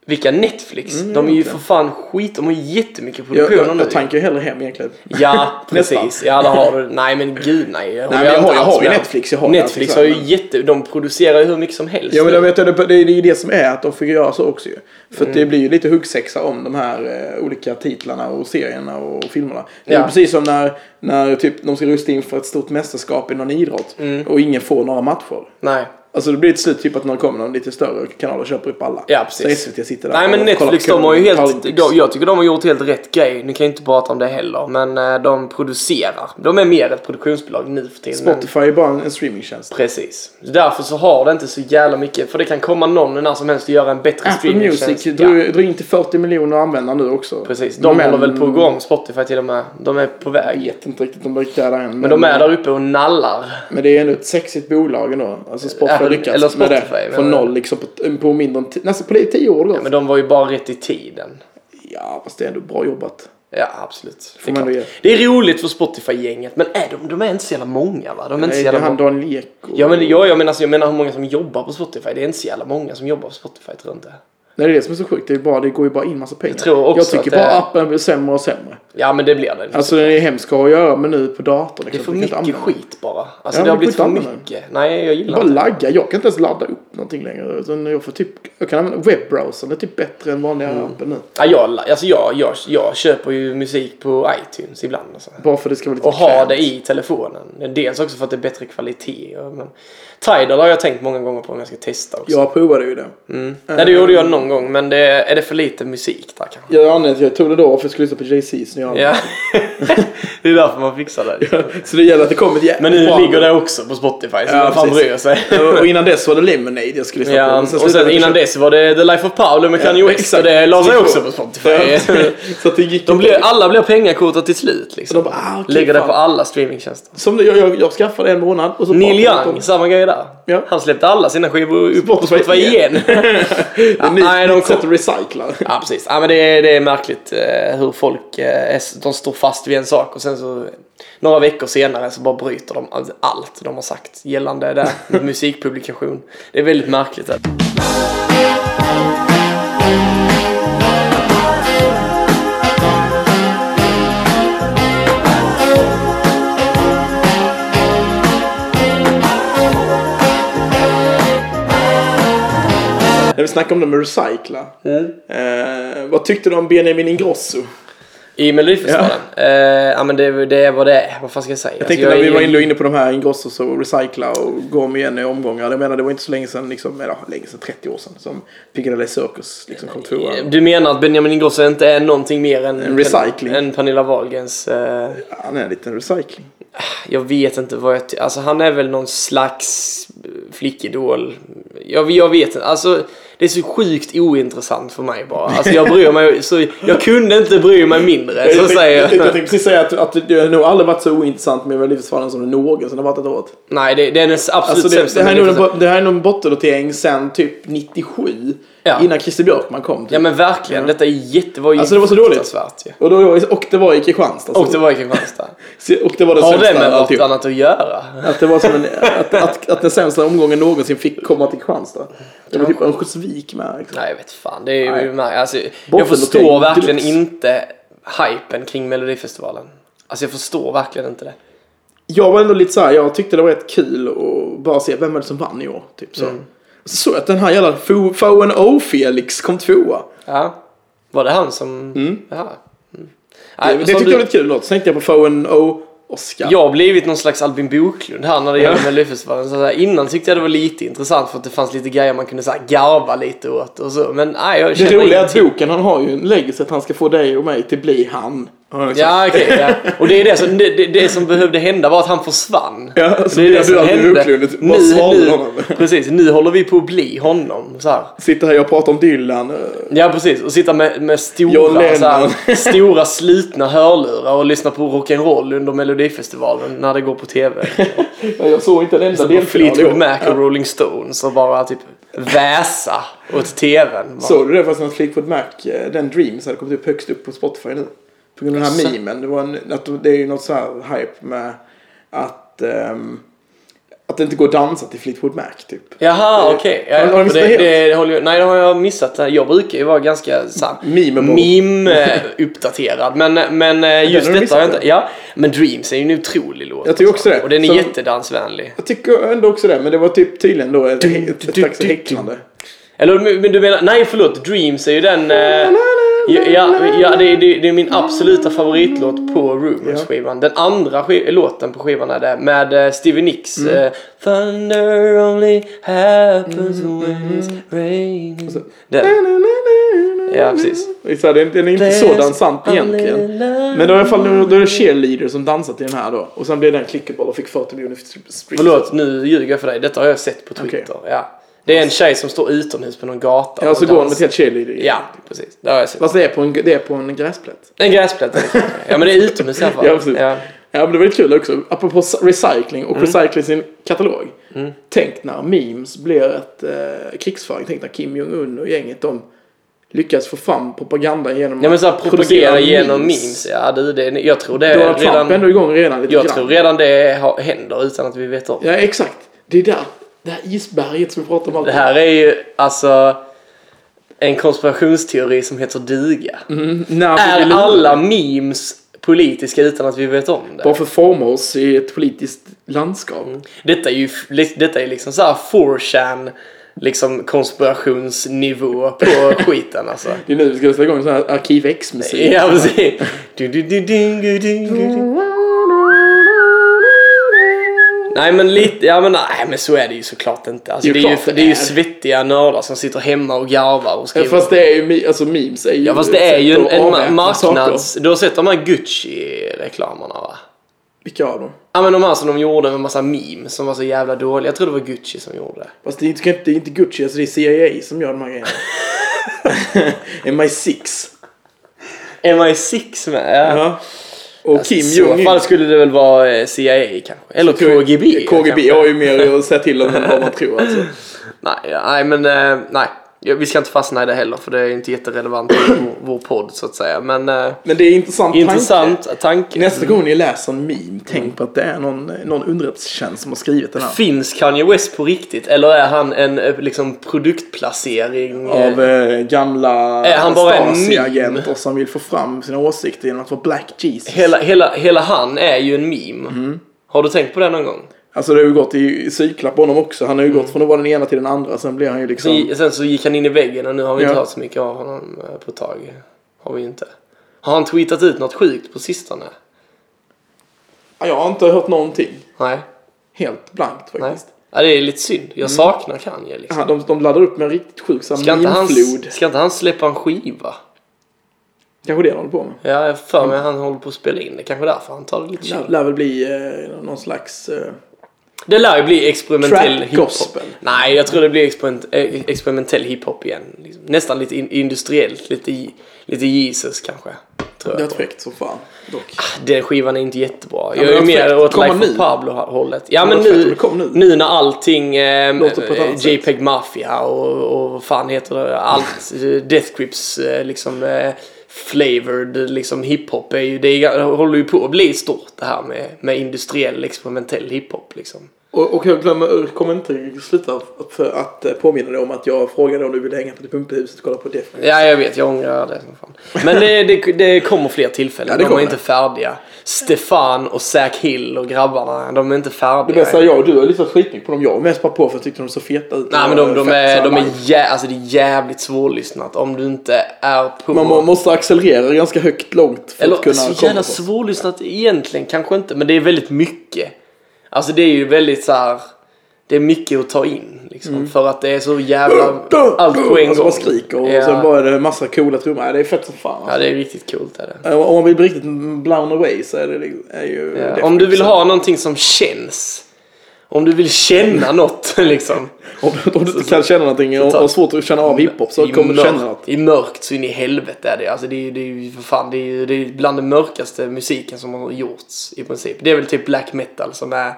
Speaker 2: Vilka Netflix?
Speaker 1: Mm,
Speaker 2: de är ju
Speaker 1: egentligen.
Speaker 2: för fan skit, de har ju jättemycket
Speaker 1: Jag,
Speaker 2: produktioner
Speaker 1: jag,
Speaker 2: nu.
Speaker 1: jag tankar ju hellre hem egentligen.
Speaker 2: Ja, precis.
Speaker 1: Nästan.
Speaker 2: Ja, det har du. Nej, men gud nej.
Speaker 1: Nej, men jag har, jag har ju
Speaker 2: med.
Speaker 1: Netflix. Jag har ju
Speaker 2: Netflix
Speaker 1: Netflix
Speaker 2: har ju
Speaker 1: men-
Speaker 2: jätte... De producerar ju hur mycket som helst.
Speaker 1: Ja men jag vet, jag, det, det är ju det som är att de får göra så också ju. För att
Speaker 2: Mm.
Speaker 1: det blir ju lite huggsexa om de här eh, olika titlarna och serierna och filmerna. Det är
Speaker 2: Ja.
Speaker 1: ju precis som när, när typ, de ska rusta inför ett stort mästerskap i någon idrott
Speaker 2: Mm.
Speaker 1: och ingen får några matcher.
Speaker 2: Nej.
Speaker 1: Alltså det blir till slut typ att när det kommer någon lite större kanal och köper upp alla.
Speaker 2: Ja, precis.
Speaker 1: Så SVT sitter där
Speaker 2: Nej, men
Speaker 1: och kollar
Speaker 2: Netflix,
Speaker 1: på
Speaker 2: de har ju helt...
Speaker 1: Paralympics.
Speaker 2: De, jag tycker de har gjort helt rätt grej. Nu kan jag inte prata om det heller, men eh, de producerar. De är mer ett produktionsbolag nu för tiden. än-
Speaker 1: Spotify är bara en, en streamingtjänst.
Speaker 2: Precis. Därför så har det inte så jävla mycket, för det kan komma någon när som helst och göra en bättre
Speaker 1: Apple Music
Speaker 2: streamingtjänst.
Speaker 1: drog drog in till 40 miljoner användare nu också.
Speaker 2: Precis. De
Speaker 1: Men-
Speaker 2: håller väl på igång, Spotify till och med. De är på
Speaker 1: Jag
Speaker 2: väg.
Speaker 1: vet inte riktigt om de är där än.
Speaker 2: Men de är där uppe och nallar.
Speaker 1: Men det är ändå ett sexigt bolag ändå. Alltså Spotify har
Speaker 2: Apple-
Speaker 1: lyckats
Speaker 2: eller
Speaker 1: med
Speaker 2: Spotify,
Speaker 1: det.
Speaker 2: menar
Speaker 1: Från
Speaker 2: jag.
Speaker 1: noll liksom på, på mindre än t- nästan på tio år. Då. Ja,
Speaker 2: Men de var ju bara rätt i tiden.
Speaker 1: fast det är ändå bra jobbat.
Speaker 2: Ja, absolut. Det
Speaker 1: man
Speaker 2: är,
Speaker 1: ändå
Speaker 2: klart. det är roligt för Spotify-gänget, men är de, de är inte så jävla många va? De är inte
Speaker 1: Nej, det
Speaker 2: så
Speaker 1: är
Speaker 2: jävla
Speaker 1: han
Speaker 2: många.
Speaker 1: Daniel Ek och...
Speaker 2: Ja, men, ja, jag, menar, alltså, jag menar hur många som jobbar på Spotify. Det är inte så jävla många som jobbar på Spotify, tror jag inte.
Speaker 1: Nej, det är det som är så sjukt. Det, är bara, det går ju bara in massa pengar.
Speaker 2: Jag tror också
Speaker 1: tycker
Speaker 2: att det
Speaker 1: bara
Speaker 2: är-
Speaker 1: appen blir sämre och sämre.
Speaker 2: Ja, men det blir det.
Speaker 1: Alltså den är hemsk att ha att göra med nu på datorn.
Speaker 2: det är
Speaker 1: liksom.
Speaker 2: för
Speaker 1: Du kan inte
Speaker 2: mycket
Speaker 1: använda den.
Speaker 2: skit bara. Alltså,
Speaker 1: Ja,
Speaker 2: det har
Speaker 1: men
Speaker 2: blivit för
Speaker 1: skit använder.
Speaker 2: mycket. Nej, jag
Speaker 1: Det
Speaker 2: gillar
Speaker 1: bara
Speaker 2: inte
Speaker 1: laggar. Jag kan inte ens ladda upp någonting längre. Utan jag, får typ, jag kan använda webbrowsern. Det är typ bättre än vanliga
Speaker 2: Mm.
Speaker 1: appen nu.
Speaker 2: ja, jag, la- alltså, jag, jag, jag köper ju musik på iTunes ibland. Alltså.
Speaker 1: Bara för att det ska vara lite
Speaker 2: Och ha
Speaker 1: bekvämt.
Speaker 2: det i telefonen. Dels också för att det är bättre kvalitet. och- Men... Tidal har jag tänkt många gånger på om jag ska testa också.
Speaker 1: Jag provade ju det.
Speaker 2: Nej, det gjorde jag någon gång, men det, är det för lite musik där kanske?
Speaker 1: Jag, anledningen till att jag tog det då var för att jag skulle lyssna på Jay-Z's nya album.
Speaker 2: Ja. det är därför man fixar det.
Speaker 1: Så det gäller att det kommer ett jävligt
Speaker 2: Men nu
Speaker 1: bra
Speaker 2: ligger det också på Spotify, så
Speaker 1: Ja,
Speaker 2: vem fan
Speaker 1: precis.
Speaker 2: bryr sig?
Speaker 1: album. Och innan dess var det Lemonade jag skulle lyssna på.
Speaker 2: Ja,
Speaker 1: Men
Speaker 2: och
Speaker 1: slutade
Speaker 2: sen
Speaker 1: jag
Speaker 2: innan
Speaker 1: köpa-
Speaker 2: dess var det The Life of Pablo med Kanye
Speaker 1: Ja,
Speaker 2: West
Speaker 1: exakt.
Speaker 2: och det la sig
Speaker 1: Så-
Speaker 2: också på Spotify.
Speaker 1: Ja, Så att det gick
Speaker 2: De
Speaker 1: inte.
Speaker 2: blir, alla blir pengakortet till slut liksom.
Speaker 1: Så de bara, ah, okej,
Speaker 2: Lägger det
Speaker 1: fan.
Speaker 2: på alla streamingtjänster.
Speaker 1: Som det, jag, jag, jag skaffade en månad och så...
Speaker 2: Neil
Speaker 1: pratade
Speaker 2: Young, samma grej där.
Speaker 1: Ja.
Speaker 2: Han släppte alla sina skivor upp på
Speaker 1: Spotify
Speaker 2: Spotify igen.
Speaker 1: vi om-
Speaker 2: nej,
Speaker 1: Nytt
Speaker 2: de
Speaker 1: nytt sätt
Speaker 2: kom.
Speaker 1: att recycla.
Speaker 2: Ja, precis. Ja, men det, är, det är märkligt eh, hur folk eh, är- de står fast vid en sak och sen så några veckor senare så bara bryter de all- allt de har sagt gällande det här med musikpublikation. Det är väldigt märkligt. Där.
Speaker 1: När vi snackade om det med recycla.
Speaker 2: Mm.
Speaker 1: Eh, vad tyckte du om Benjamin Ingrosso?
Speaker 2: I Melodifestivalen? Ja. ja men det, det är vad det är. Vad fan ska jag säga?
Speaker 1: Jag tänkte när vi var inne- inne på de här Ingrossos och recycla och gå om igen i omgångar. Jag menar det var inte så länge sedan, liksom, eller ja, länge sedan, 30 år sedan, som Piccadilly Circus liksom, kom tvåa.
Speaker 2: Du menar att Benjamin Ingrosso inte är någonting mer än,
Speaker 1: En recycling.
Speaker 2: än Pernilla Wahlgrens... eh,
Speaker 1: Han är en liten recycling.
Speaker 2: jag vet inte vad jag... ty- Alltså han är väl någon slags flickidol. Jag, jag vet inte. Alltså det är så sjukt ointressant för mig bara. Alltså jag bryr mig... Så, jag kunde inte bry mig mindre. Så
Speaker 1: jag, tänkte,
Speaker 2: säger
Speaker 1: jag, tänkte, jag
Speaker 2: jag.
Speaker 1: tänkte precis säga att, att det har nog aldrig varit så ointressant med Melodifestivalen som det någonsin har varit ett år.
Speaker 2: Nej, det, det är den absolut
Speaker 1: Alltså det,
Speaker 2: Typ sämsta.
Speaker 1: det, här är nog en,
Speaker 2: Melodifestivalen.
Speaker 1: bo- det här är nog en bottennotering sen typ 97.
Speaker 2: Ja.
Speaker 1: Innan Christer Björkman kom. Typ.
Speaker 2: Ja men verkligen.
Speaker 1: Ja.
Speaker 2: Detta är jätte... Var ju
Speaker 1: Alltså, det var så dåligt.
Speaker 2: fruktansvärt ju.
Speaker 1: och, då, och det var i Kristianstad.
Speaker 2: Och det var i Kristianstad.
Speaker 1: Så- och det var det
Speaker 2: Har det
Speaker 1: sämsta
Speaker 2: med något
Speaker 1: alltihop.
Speaker 2: annat att göra?
Speaker 1: Att det var som en, att, att, att den sämsta omgången någonsin fick komma till Kristianstad. Det var typ Örnsköldsvik med. Liksom.
Speaker 2: Nej, jag vet fan. Det är ju
Speaker 1: Nej.
Speaker 2: mär- alltså, jag
Speaker 1: Botten
Speaker 2: förstår
Speaker 1: och tänk
Speaker 2: verkligen
Speaker 1: deluxe.
Speaker 2: inte hypen kring Melodifestivalen. Alltså jag förstår verkligen inte det.
Speaker 1: Jag var ändå lite så här, jag tyckte det var rätt kul att bara se vem är det som vann i år. Typ så. Så såg jag att den här jävla FONO Felix kom tvåa.
Speaker 2: Ja. Var det han som... Ja. Mm. Nej,
Speaker 1: det det
Speaker 2: som
Speaker 1: tyckte
Speaker 2: du-
Speaker 1: jag var lite kul låt. Sen tänkte jag på FONO Oscar.
Speaker 2: Jag har blivit någon slags Albin Boklund här när det gäller Melodifestivalen. Så här, innan tyckte jag det var lite intressant för att det fanns lite grejer man kunde så här, garva lite åt och så. Men nej, jag
Speaker 1: Det
Speaker 2: känner
Speaker 1: roliga är
Speaker 2: ingenting.
Speaker 1: att boken, han har ju en legacy att han ska få dig och mig till bli han. Ja, liksom.
Speaker 2: Ja, okej. ja. Och det är det som, det, det, det som behövde hända var att han försvann.
Speaker 1: Ja, så
Speaker 2: det är
Speaker 1: blev du
Speaker 2: det som
Speaker 1: Albin
Speaker 2: hände.
Speaker 1: Boklund, typ, bara svalde
Speaker 2: nu,
Speaker 1: honom.
Speaker 2: nu, precis, nu håller vi på att bli honom. Så här.
Speaker 1: Sitter här och pratar om Dylan. eh,
Speaker 2: Ja, precis. Och sitta med, med
Speaker 1: John
Speaker 2: stora,
Speaker 1: Lennon.
Speaker 2: så här, stora slitna hörlurar och lyssna på rock'n'roll under Melodifestivalen när det går på TV.
Speaker 1: Jag såg inte en enda
Speaker 2: På
Speaker 1: delfinal i
Speaker 2: Fleetwood
Speaker 1: år.
Speaker 2: Mac och Rolling Stones och bara typ väsa åt TVn. Bara.
Speaker 1: Såg du det förresten att Fleetwood Mac, eh, den Dreams, hade kommit upp högst upp på Spotify nu? På grund av den
Speaker 2: Jaså?
Speaker 1: här memen. Det, var en, att det är ju något så här hype med att, ehm, att det inte går att dansa till Fleetwood Mac typ.
Speaker 2: Jaha,
Speaker 1: Eh,
Speaker 2: okej.
Speaker 1: har- har du
Speaker 2: Ja,
Speaker 1: missat
Speaker 2: det,
Speaker 1: helt?
Speaker 2: det, det håller jag, nej, det har jag missat. Jag brukar ju vara ganska så här
Speaker 1: Memeable.
Speaker 2: meme-uppdaterad. Men, men eh, just
Speaker 1: har du
Speaker 2: detta har jag
Speaker 1: missat,
Speaker 2: inte... Ja, men Dreams är ju en otrolig låt.
Speaker 1: Jag tycker också det.
Speaker 2: Och den är
Speaker 1: Så-
Speaker 2: jättedansvänlig.
Speaker 1: Jag tycker ändå också det, men det var typ tydligen då ett, ett, ett slags häcklande.
Speaker 2: Eller men du menar... Nej, förlåt. Dreams är ju den... Eh, ja, ja, ja, det, är- det, är- det är min absoluta favoritlåt på Rumors-skivan. Den andra sk- låten på skivan är det med eh, Stevie Nicks.
Speaker 1: Mm.
Speaker 2: Eh, Thunder only happens when it's raining. Den. Ja, precis.
Speaker 1: Det är så här, Den den är inte så dansant egentligen. Men det var i alla fall då är det cheerleader som dansat i den här då. Och sen blev den klickable och fick 40 miljoner streams.
Speaker 2: Förlåt, nu ljuger jag för dig. Detta har jag sett på Twitter. Ja. Det är en tjej som står utomhus på någon gata.
Speaker 1: Ja,
Speaker 2: och
Speaker 1: så går hon
Speaker 2: dansar.
Speaker 1: med ett helt cheerleader i.
Speaker 2: Ja, precis. Det har jag sett.
Speaker 1: Fast det är på en, det är på en gräsplätt.
Speaker 2: En gräsplätt. är det kanske. Ja, men det är utomhus i alla fall.
Speaker 1: Ja, precis. Ja, men det var lite kul också. Apropå s- recycling
Speaker 2: Mm.
Speaker 1: och recycling sin katalog. Tänk när memes blir ett eh, krigsföring. Tänk när Kim Jong-Un och gänget de lyckas få fram propaganda genom
Speaker 2: Ja, men så här,
Speaker 1: att
Speaker 2: propagera genom memes. Ja, du, det, är- jag tror det är
Speaker 1: Donald Trump är
Speaker 2: redan...
Speaker 1: ändå igång redan lite
Speaker 2: Jag
Speaker 1: grann.
Speaker 2: tror redan det ha- händer utan att vi vet om.
Speaker 1: Ja, exakt. Det är där. Det här isberget som vi pratar om
Speaker 2: Det
Speaker 1: alltid.
Speaker 2: här är ju alltså en konspirationsteori som heter duga.
Speaker 1: Mm. När vi
Speaker 2: Är
Speaker 1: blir lurade.
Speaker 2: alla memes politiska utan att vi vet om det?
Speaker 1: Bara för att forma oss i ett politiskt landskap.
Speaker 2: Mm. Detta är ju f- li- detta är liksom såhär 4chan liksom konspirationsnivå på skiten alltså.
Speaker 1: Det är nu vi ska sätta igång sån här Arkiv X-musik.
Speaker 2: Ja precis. Du, du, du, du, du, du, du. Nej men lite, ja men nej men så är det ju såklart inte. Alltså,
Speaker 1: Jo,
Speaker 2: det, är ju,
Speaker 1: klart det
Speaker 2: det är ju
Speaker 1: är.
Speaker 2: svettiga nördar som sitter hemma och garvar och
Speaker 1: Ja,
Speaker 2: skriver.
Speaker 1: Fast det är ju, mi- alltså memes är ju...
Speaker 2: Ja fast det är ju en,
Speaker 1: sätt att
Speaker 2: en ma-
Speaker 1: avväpna saker.
Speaker 2: marknads... Du har sett de här Gucci-reklamerna va?
Speaker 1: Vilka av dem?
Speaker 2: Ja men de här som de gjorde med massa memes som var så jävla dåliga. Jag tror det var Gucci som gjorde det.
Speaker 1: Fast det är, inte, det är inte Gucci, alltså det är CIA som gör de här grejerna. MI6.
Speaker 2: MI6 med? Ja.
Speaker 1: Ja. Och
Speaker 2: Alltså,
Speaker 1: Kim
Speaker 2: I så
Speaker 1: Jong-Un.
Speaker 2: fall skulle det väl vara eh, CIA kanske? Eller KGB?
Speaker 1: KGB
Speaker 2: kanske.
Speaker 1: har ju mer att säga till om än vad man tror alltså.
Speaker 2: Nej, ja, nej men eh, nej. Ja, Vi ska inte fastna i det heller för det är inte jätterelevant i vår, vår podd så att säga. Men eh,
Speaker 1: Men det är en intressant tanke.
Speaker 2: intressant eh, tanke.
Speaker 1: Nästa gång ni läser en meme, tänk på att det är någon, någon underrättelsetjänst som har skrivit den här.
Speaker 2: Finns Kanye West på riktigt eller är han en eh, liksom, produktplacering? eh,
Speaker 1: Av eh, gamla
Speaker 2: Är han bara en
Speaker 1: Stasi-agenter som vill få fram sina åsikter genom att vara Black Jesus. Mm.
Speaker 2: hela, hela, hela han är ju en meme. Har du tänkt på det någon gång?
Speaker 1: Alltså det har ju gått i, i cyklar på honom också. Han har ju
Speaker 2: Mm.
Speaker 1: gått från att vara den ena till den andra. Sen blir han ju liksom...
Speaker 2: Så, sen så gick han in i väggen och nu har vi inte
Speaker 1: Ja.
Speaker 2: hört så mycket av honom eh, på ett tag. Har vi inte. Har han tweetat ut något sjukt på sistone?
Speaker 1: Ja, Jag har inte hört någonting.
Speaker 2: Nej.
Speaker 1: Helt blankt
Speaker 2: Nej.
Speaker 1: faktiskt.
Speaker 2: Ja, det är lite synd.
Speaker 1: Mm.
Speaker 2: Jag saknar Kanye liksom.
Speaker 1: Ja, de, de laddar upp med en riktigt sjuk sån
Speaker 2: Ska
Speaker 1: här
Speaker 2: inte, han,
Speaker 1: meme-flod.
Speaker 2: ska inte han släppa en skiva?
Speaker 1: Kanske det de håller på med.
Speaker 2: Ja, jag har för
Speaker 1: Mm.
Speaker 2: mig att han håller på att spela in det. Kanske därför han tar det lite
Speaker 1: Det
Speaker 2: chill.
Speaker 1: lär väl bli eh, någon slags... Eh,
Speaker 2: Det lär ju bli experimentell
Speaker 1: Trap
Speaker 2: hiphop.
Speaker 1: gospel.
Speaker 2: Nej, jag tror det blir experiment, eh, experimentell hiphop igen. Liksom. Nästan lite in, industriellt. Lite, i- lite Jesus kanske. Tror
Speaker 1: det
Speaker 2: jag.
Speaker 1: är fräckt som fan dock.
Speaker 2: Den skivan är inte jättebra.
Speaker 1: men
Speaker 2: jag är
Speaker 1: det var
Speaker 2: mer
Speaker 1: fräckt.
Speaker 2: åt
Speaker 1: Komma
Speaker 2: Life of
Speaker 1: nu.
Speaker 2: Pablo-hållet. Ja, men
Speaker 1: det var fräckt om
Speaker 2: nu,
Speaker 1: det kom nu.
Speaker 2: när allting... Eh,
Speaker 1: Låter på ett annat sätt.
Speaker 2: JPEG Mafia och, och vad fan heter det? Allt. eh, Death Grips eh, liksom... Eh, flavored liksom hiphop är ju... Det, är, det håller ju på att bli stort det här med, med industriell experimentell hiphop liksom.
Speaker 1: Och, och jag glömmer, kommer inte sluta att, för att eh, påminna dig om att jag frågade om du ville hänga på det pumphuset och kolla på Def.
Speaker 2: Ja, jag vet. Jag ångrar det som fan. Men det, det, det kommer fler tillfällen.
Speaker 1: Ja, det
Speaker 2: de är
Speaker 1: kommer.
Speaker 2: inte färdiga. Stefan och Zack Hill och grabbarna, de är inte färdiga.
Speaker 1: Det bästa är jag och du har lyssnat skitmycket på dem. Jag har mest bara på för jag tyckte de så feta ut.
Speaker 2: Nej men de, de,
Speaker 1: Fett
Speaker 2: är,
Speaker 1: så
Speaker 2: de är,
Speaker 1: live.
Speaker 2: jä, alltså det är jävligt svårlyssnat om du inte är på...
Speaker 1: Man må- måste accelerera ganska högt långt för
Speaker 2: Eller
Speaker 1: att kunna
Speaker 2: så
Speaker 1: komma
Speaker 2: jävla
Speaker 1: på.
Speaker 2: svårlyssnat egentligen kanske inte men det är väldigt mycket. Alltså det är ju väldigt så här. Det är mycket att ta in liksom för att det är så jävla... Allt på en
Speaker 1: Mm. Alltså
Speaker 2: gång.
Speaker 1: bara skriker och
Speaker 2: ja.
Speaker 1: sen bara är det massa coola trummor. Ja, Det är fett som fan.
Speaker 2: ja det är riktigt coolt är det.
Speaker 1: Eh, Om man vill bli riktigt blown away så är det liksom- är ju...
Speaker 2: Ja,
Speaker 1: Def
Speaker 2: Om du vill
Speaker 1: Grips.
Speaker 2: ha någonting som känns. Om du vill känna något liksom.
Speaker 1: Om, du- om du inte kan känna någonting och
Speaker 2: ta-
Speaker 1: har svårt att känna
Speaker 2: Mm.
Speaker 1: av hiphop så
Speaker 2: I
Speaker 1: kommer du
Speaker 2: mörkt-
Speaker 1: känna något.
Speaker 2: I mörkt så in i helvete är det. Alltså det är ju, det är ju för fan, det är ju det är bland den mörkaste musiken som har gjorts i princip. Det är väl typ black metal som är,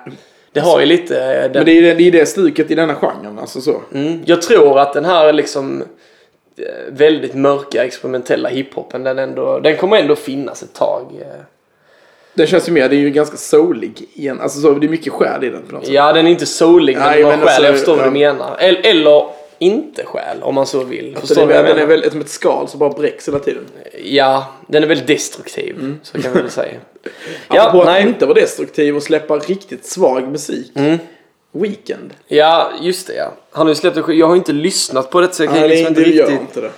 Speaker 2: det har ju lite eh, den
Speaker 1: Men det är ju det, det, är det stuket i denna genren, alltså så.
Speaker 2: Mm. Jag tror att den här liksom eh, väldigt mörka experimentella hiphopen den, ändå, den kommer ändå finnas ett tag. eh.
Speaker 1: Den känns ju mer, det är ju ganska soulig igen. Alltså så, det är mycket skär i den på något sätt.
Speaker 2: Ja, den är inte soulig men
Speaker 1: Nej,
Speaker 2: den har
Speaker 1: men
Speaker 2: själ.
Speaker 1: alltså,
Speaker 2: jag förstår vad du
Speaker 1: ja.
Speaker 2: menar. Eller, eller inte själ om man så vill.
Speaker 1: Så
Speaker 2: Förstår
Speaker 1: det,
Speaker 2: du vad jag
Speaker 1: den
Speaker 2: menar?
Speaker 1: är väl som ett skal som bara bräcks hela tiden.
Speaker 2: Ja, den är väldigt destruktiv. Så kan vi väl säga.
Speaker 1: Mm. Apropå
Speaker 2: ja,
Speaker 1: att
Speaker 2: nej. Mm.
Speaker 1: inte vara destruktiv och släppa riktigt svag musik. Weekend.
Speaker 2: ja, just det ja. Han har ju släppt en skiva. Jag har inte lyssnat på det så jag kan
Speaker 1: Nej, det
Speaker 2: ju
Speaker 1: är
Speaker 2: liksom
Speaker 1: inte,
Speaker 2: inte
Speaker 1: vi gör
Speaker 2: riktigt.
Speaker 1: inte det.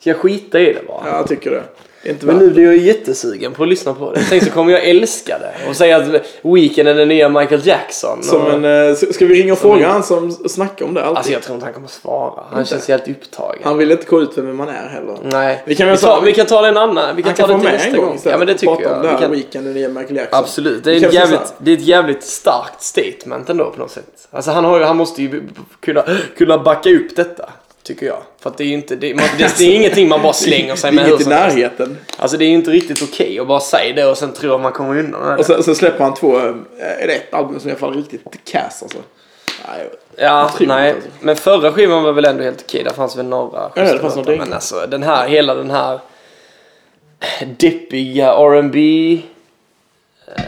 Speaker 2: Ska jag skita i det bara?
Speaker 1: Ja, jag tycker det. Det är Inte
Speaker 2: Men
Speaker 1: värt.
Speaker 2: nu blir jag jättesugen på att lyssna på det. Tänk så kommer jag älska det. Och säga att Weekend är den nya Michael Jackson.
Speaker 1: som
Speaker 2: och...
Speaker 1: en, eh, s- ska vi ringa och fråga han som s- snackar om det alltid?
Speaker 2: Alltså jag tror inte han kommer svara. Han känns helt upptagen.
Speaker 1: Han vill inte gå ut vem man är heller.
Speaker 2: Nej.
Speaker 1: Vi kan
Speaker 2: vi,
Speaker 1: väl
Speaker 2: tar,
Speaker 1: ta-
Speaker 2: vi kan ta det en annan. Vi kan
Speaker 1: Han kan
Speaker 2: ta
Speaker 1: få
Speaker 2: det till
Speaker 1: med en
Speaker 2: nästa
Speaker 1: gång
Speaker 2: gång. Ja men det tycker
Speaker 1: Prata om
Speaker 2: jag.
Speaker 1: det
Speaker 2: Vi
Speaker 1: här
Speaker 2: kan...
Speaker 1: weekenden i Michael Jackson.
Speaker 2: Absolut. Det
Speaker 1: Vi
Speaker 2: är,
Speaker 1: kan
Speaker 2: ett
Speaker 1: fixa
Speaker 2: jävligt,
Speaker 1: det.
Speaker 2: det är ett jävligt starkt statement ändå på något sätt. Alltså han, har, ju- han måste ju kunna, kunna backa upp detta. Tycker jag. För att det är ju inte, det, man, det, det är ingenting man bara slänger sig
Speaker 1: Det
Speaker 2: med
Speaker 1: är
Speaker 2: hur
Speaker 1: inget i
Speaker 2: som helst.
Speaker 1: närheten.
Speaker 2: Alltså det är ju inte riktigt okej att bara säga det och sen tro att man kommer undan med det.
Speaker 1: Och sen, sen släpper han två, eh, är det ett album som i alla fall är riktigt kass alltså. Nej,
Speaker 2: Ja,
Speaker 1: Otroligt,
Speaker 2: nej.
Speaker 1: alltså.
Speaker 2: Men förra skivan var väl ändå helt okej. Där fanns väl några
Speaker 1: det
Speaker 2: schyssta
Speaker 1: fanns
Speaker 2: låtar.
Speaker 1: någonting.
Speaker 2: Men alltså den här, hela den här deppiga R&B eh,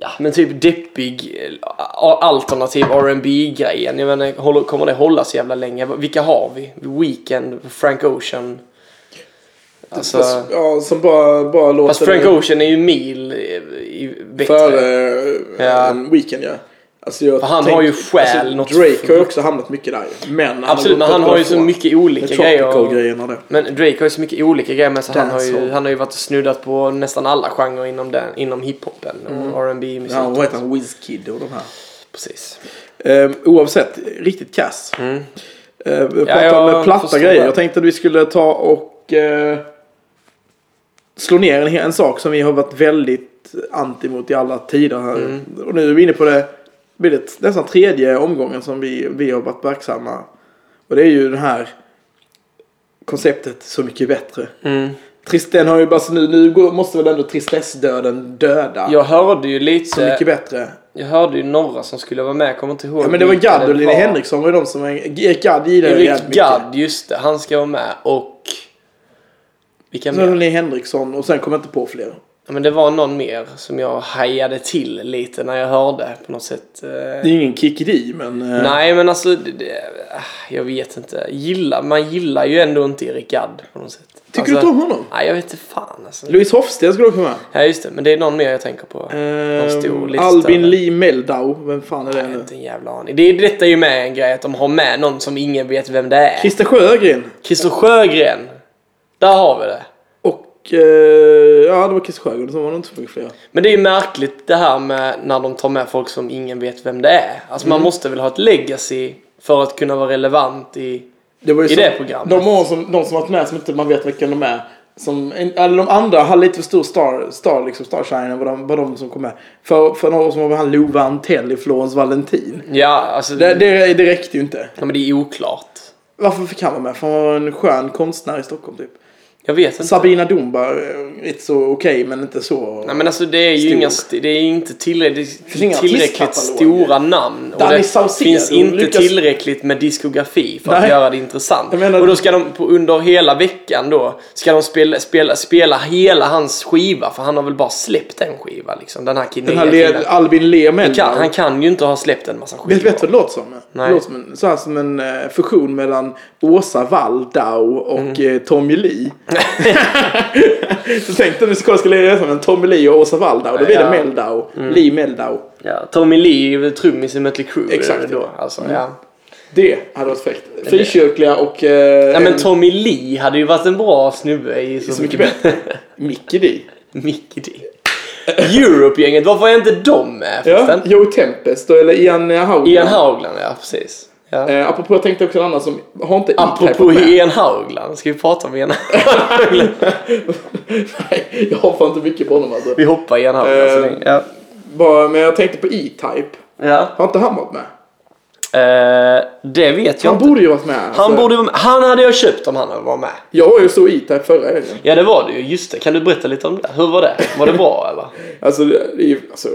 Speaker 2: Ja, men typ deppig eh, a- alternativ R&B grejen Jag menar, håller- kommer det hålla så jävla länge? Vilka har vi? Weekend, Frank Ocean. Alltså,
Speaker 1: fast, ja, som bara, bara låter
Speaker 2: fast Frank Ocean är ju mil eh, i, bättre.
Speaker 1: före eh,
Speaker 2: Ja.
Speaker 1: en Weekend ja. Alltså, jag
Speaker 2: För han
Speaker 1: tänker-
Speaker 2: har ju själ, något
Speaker 1: Drake har
Speaker 2: för-
Speaker 1: ju också hamnat mycket där ju. Men han
Speaker 2: Absolut, men
Speaker 1: gått
Speaker 2: han
Speaker 1: åt
Speaker 2: har
Speaker 1: det
Speaker 2: ju så
Speaker 1: hållet.
Speaker 2: mycket
Speaker 1: Med
Speaker 2: olika grejer. och-
Speaker 1: Tropical-grejerna det.
Speaker 2: Men Drake har ju så mycket olika grejer med sig. Han har, ju,
Speaker 1: Dancehall.
Speaker 2: han har ju varit och snuddat på nästan alla genrer inom, den, inom hiphopen och R&B musik
Speaker 1: Mm. Ja, vad heter han? Wizkid och de här.
Speaker 2: Precis.
Speaker 1: Ehm, oavsett, riktigt kass. Mm. vi
Speaker 2: Ja,
Speaker 1: pratar
Speaker 2: jag
Speaker 1: om platta
Speaker 2: förstår
Speaker 1: grejer.
Speaker 2: det.
Speaker 1: Jag tänkte att vi skulle ta och eh, slå ner en, en sak som vi har varit väldigt anti mot i alla tider. Här.
Speaker 2: Mm.
Speaker 1: Och nu är vi inne på det, blir det nästan tredje omgången som vi, vi har varit verksamma. Och det är ju det här konceptet Så mycket bättre.
Speaker 2: Mm.
Speaker 1: Tristen har ju bara, så nu, nu går- måste väl ändå tristessdöden döda.
Speaker 2: Jag hörde ju
Speaker 1: Så
Speaker 2: lite,
Speaker 1: mycket bättre.
Speaker 2: jag hörde ju några som skulle vara med, jag kommer inte ihåg
Speaker 1: Ja, men det var
Speaker 2: vilka
Speaker 1: Gadd och Lille
Speaker 2: var.
Speaker 1: Henriksson var ju de som... var- Erik Gadd gillade jag
Speaker 2: Erik
Speaker 1: jävligt mycket.
Speaker 2: Gadd, just det, han ska vara med och... Vilka
Speaker 1: Sen var det
Speaker 2: mer?
Speaker 1: Lille Henriksson och sen kom jag inte på fler.
Speaker 2: Ja, men det var någon mer som jag hajade till lite när jag hörde på något sätt. eh.
Speaker 1: Det är ingen kickeri men... eh,
Speaker 2: Nej, men alltså, det, det, ah, jag vet inte. Gillar, man gillar ju ändå inte Erik Gadd på något sätt.
Speaker 1: Tycker
Speaker 2: alltså,
Speaker 1: du inte om honom?
Speaker 2: Nej, jag vet inte fan alltså.
Speaker 1: Louise Hofsten ska också med.
Speaker 2: Ja, just det. Men det är någon mer jag tänker på. Någon stor,
Speaker 1: Ehm,
Speaker 2: lite
Speaker 1: Albin
Speaker 2: större.
Speaker 1: Lee Meldau. Vem fan är det
Speaker 2: Jag har
Speaker 1: nu?
Speaker 2: inte en jävla aning. Det, är- detta är ju med en grej, att de har med någon som ingen vet vem det är.
Speaker 1: Christer Sjögren.
Speaker 2: Christer Sjögren. Där har vi det.
Speaker 1: Och... eh, ja, det var Christer Sjögren. Sen var det inte så mycket fler.
Speaker 2: Men det är ju märkligt det här med när de tar med folk som ingen vet vem det är. Alltså
Speaker 1: Mm.
Speaker 2: man måste väl ha ett legacy för att kunna vara relevant i...
Speaker 1: Det var ju
Speaker 2: I
Speaker 1: så-
Speaker 2: det programmet.
Speaker 1: De, år som, de som varit med som inte man vet vilka de är. Som, en- eller de andra hade lite för stor star, star liksom starshine var de, var de som kom med. För, för några år som var han Lova Antell i Florens Valentin.
Speaker 2: Ja, alltså...
Speaker 1: Det, det, det räckte ju inte.
Speaker 2: Ja, men det är oklart.
Speaker 1: Varför fick han vara med? För han var en skön konstnär i Stockholm typ.
Speaker 2: Jag vet inte.
Speaker 1: Sabina Dumba, inte så okej men inte så.
Speaker 2: Nej men alltså det är ju
Speaker 1: Stor.
Speaker 2: inga... st- Det är inte tillräckligt,
Speaker 1: finns inga
Speaker 2: tillräckligt
Speaker 1: artistkataloger.
Speaker 2: stora namn. Och
Speaker 1: Danny
Speaker 2: det
Speaker 1: Saucedo
Speaker 2: finns inte
Speaker 1: lyckas-
Speaker 2: tillräckligt med diskografi för att
Speaker 1: Nej.
Speaker 2: göra det intressant.
Speaker 1: Jag menar-
Speaker 2: Och då ska de på, under hela veckan då, ska de spela, spela, spela hela hans skiva. För han har väl bara släppt en skiva liksom. Den här killen.
Speaker 1: Den här Le, Albin Lehmell.
Speaker 2: kan, han kan ju inte ha släppt en massa skivor.
Speaker 1: Vet, vet du vad det låter som? Det
Speaker 2: Nej.
Speaker 1: låter som en, så här som en eh, fusion mellan Åsa Waldau och
Speaker 2: Mm.
Speaker 1: eh, Tommy Lee. så tänk dig om du skulle kolla resan mellan Tommy Lee och Åsa Waldau. Då blir det
Speaker 2: Ja. Mm.
Speaker 1: Meldau. Lee Meldau.
Speaker 2: Ja, Tommy Lee är väl trummis i Mötley Crüe.
Speaker 1: Exakt.
Speaker 2: Då, alltså, ja.
Speaker 1: Det hade varit fräckt. Frikyrkliga och... Eh,
Speaker 2: ja, men Tommy Lee hade ju varit en bra snubbe i
Speaker 1: så mycket bättre. Mickey D.
Speaker 2: Mickey D. Europe-gänget, varför är inte de med
Speaker 1: Ja,
Speaker 2: förresten?
Speaker 1: Joe Tempest och- eller Ian Haugland.
Speaker 2: Ian Haugland, ja precis. Ja.
Speaker 1: Eh, apropå, jag tänkte också en annan som... Har inte E-Type
Speaker 2: Apropå
Speaker 1: varit med?
Speaker 2: Ian Haugland, ska vi prata om Ian Haugland? E-
Speaker 1: Nej, jag har fan inte mycket på honom alltså.
Speaker 2: vi hoppar Ian Haugland så
Speaker 1: Eh.
Speaker 2: länge. Ja.
Speaker 1: Bara, men jag tänkte på E-Type.
Speaker 2: Ja.
Speaker 1: Har inte han varit med?
Speaker 2: Eh, det vet jag
Speaker 1: Han
Speaker 2: inte.
Speaker 1: borde ju varit med. alltså.
Speaker 2: Han borde vara med. Han hade jag köpt om han hade varit med.
Speaker 1: Jag var ju så E-Type förra helgen.
Speaker 2: Ja det var det ju, just det. Kan du berätta lite om det? Hur var det? Var det bra eller?
Speaker 1: Alltså, det är ju- alltså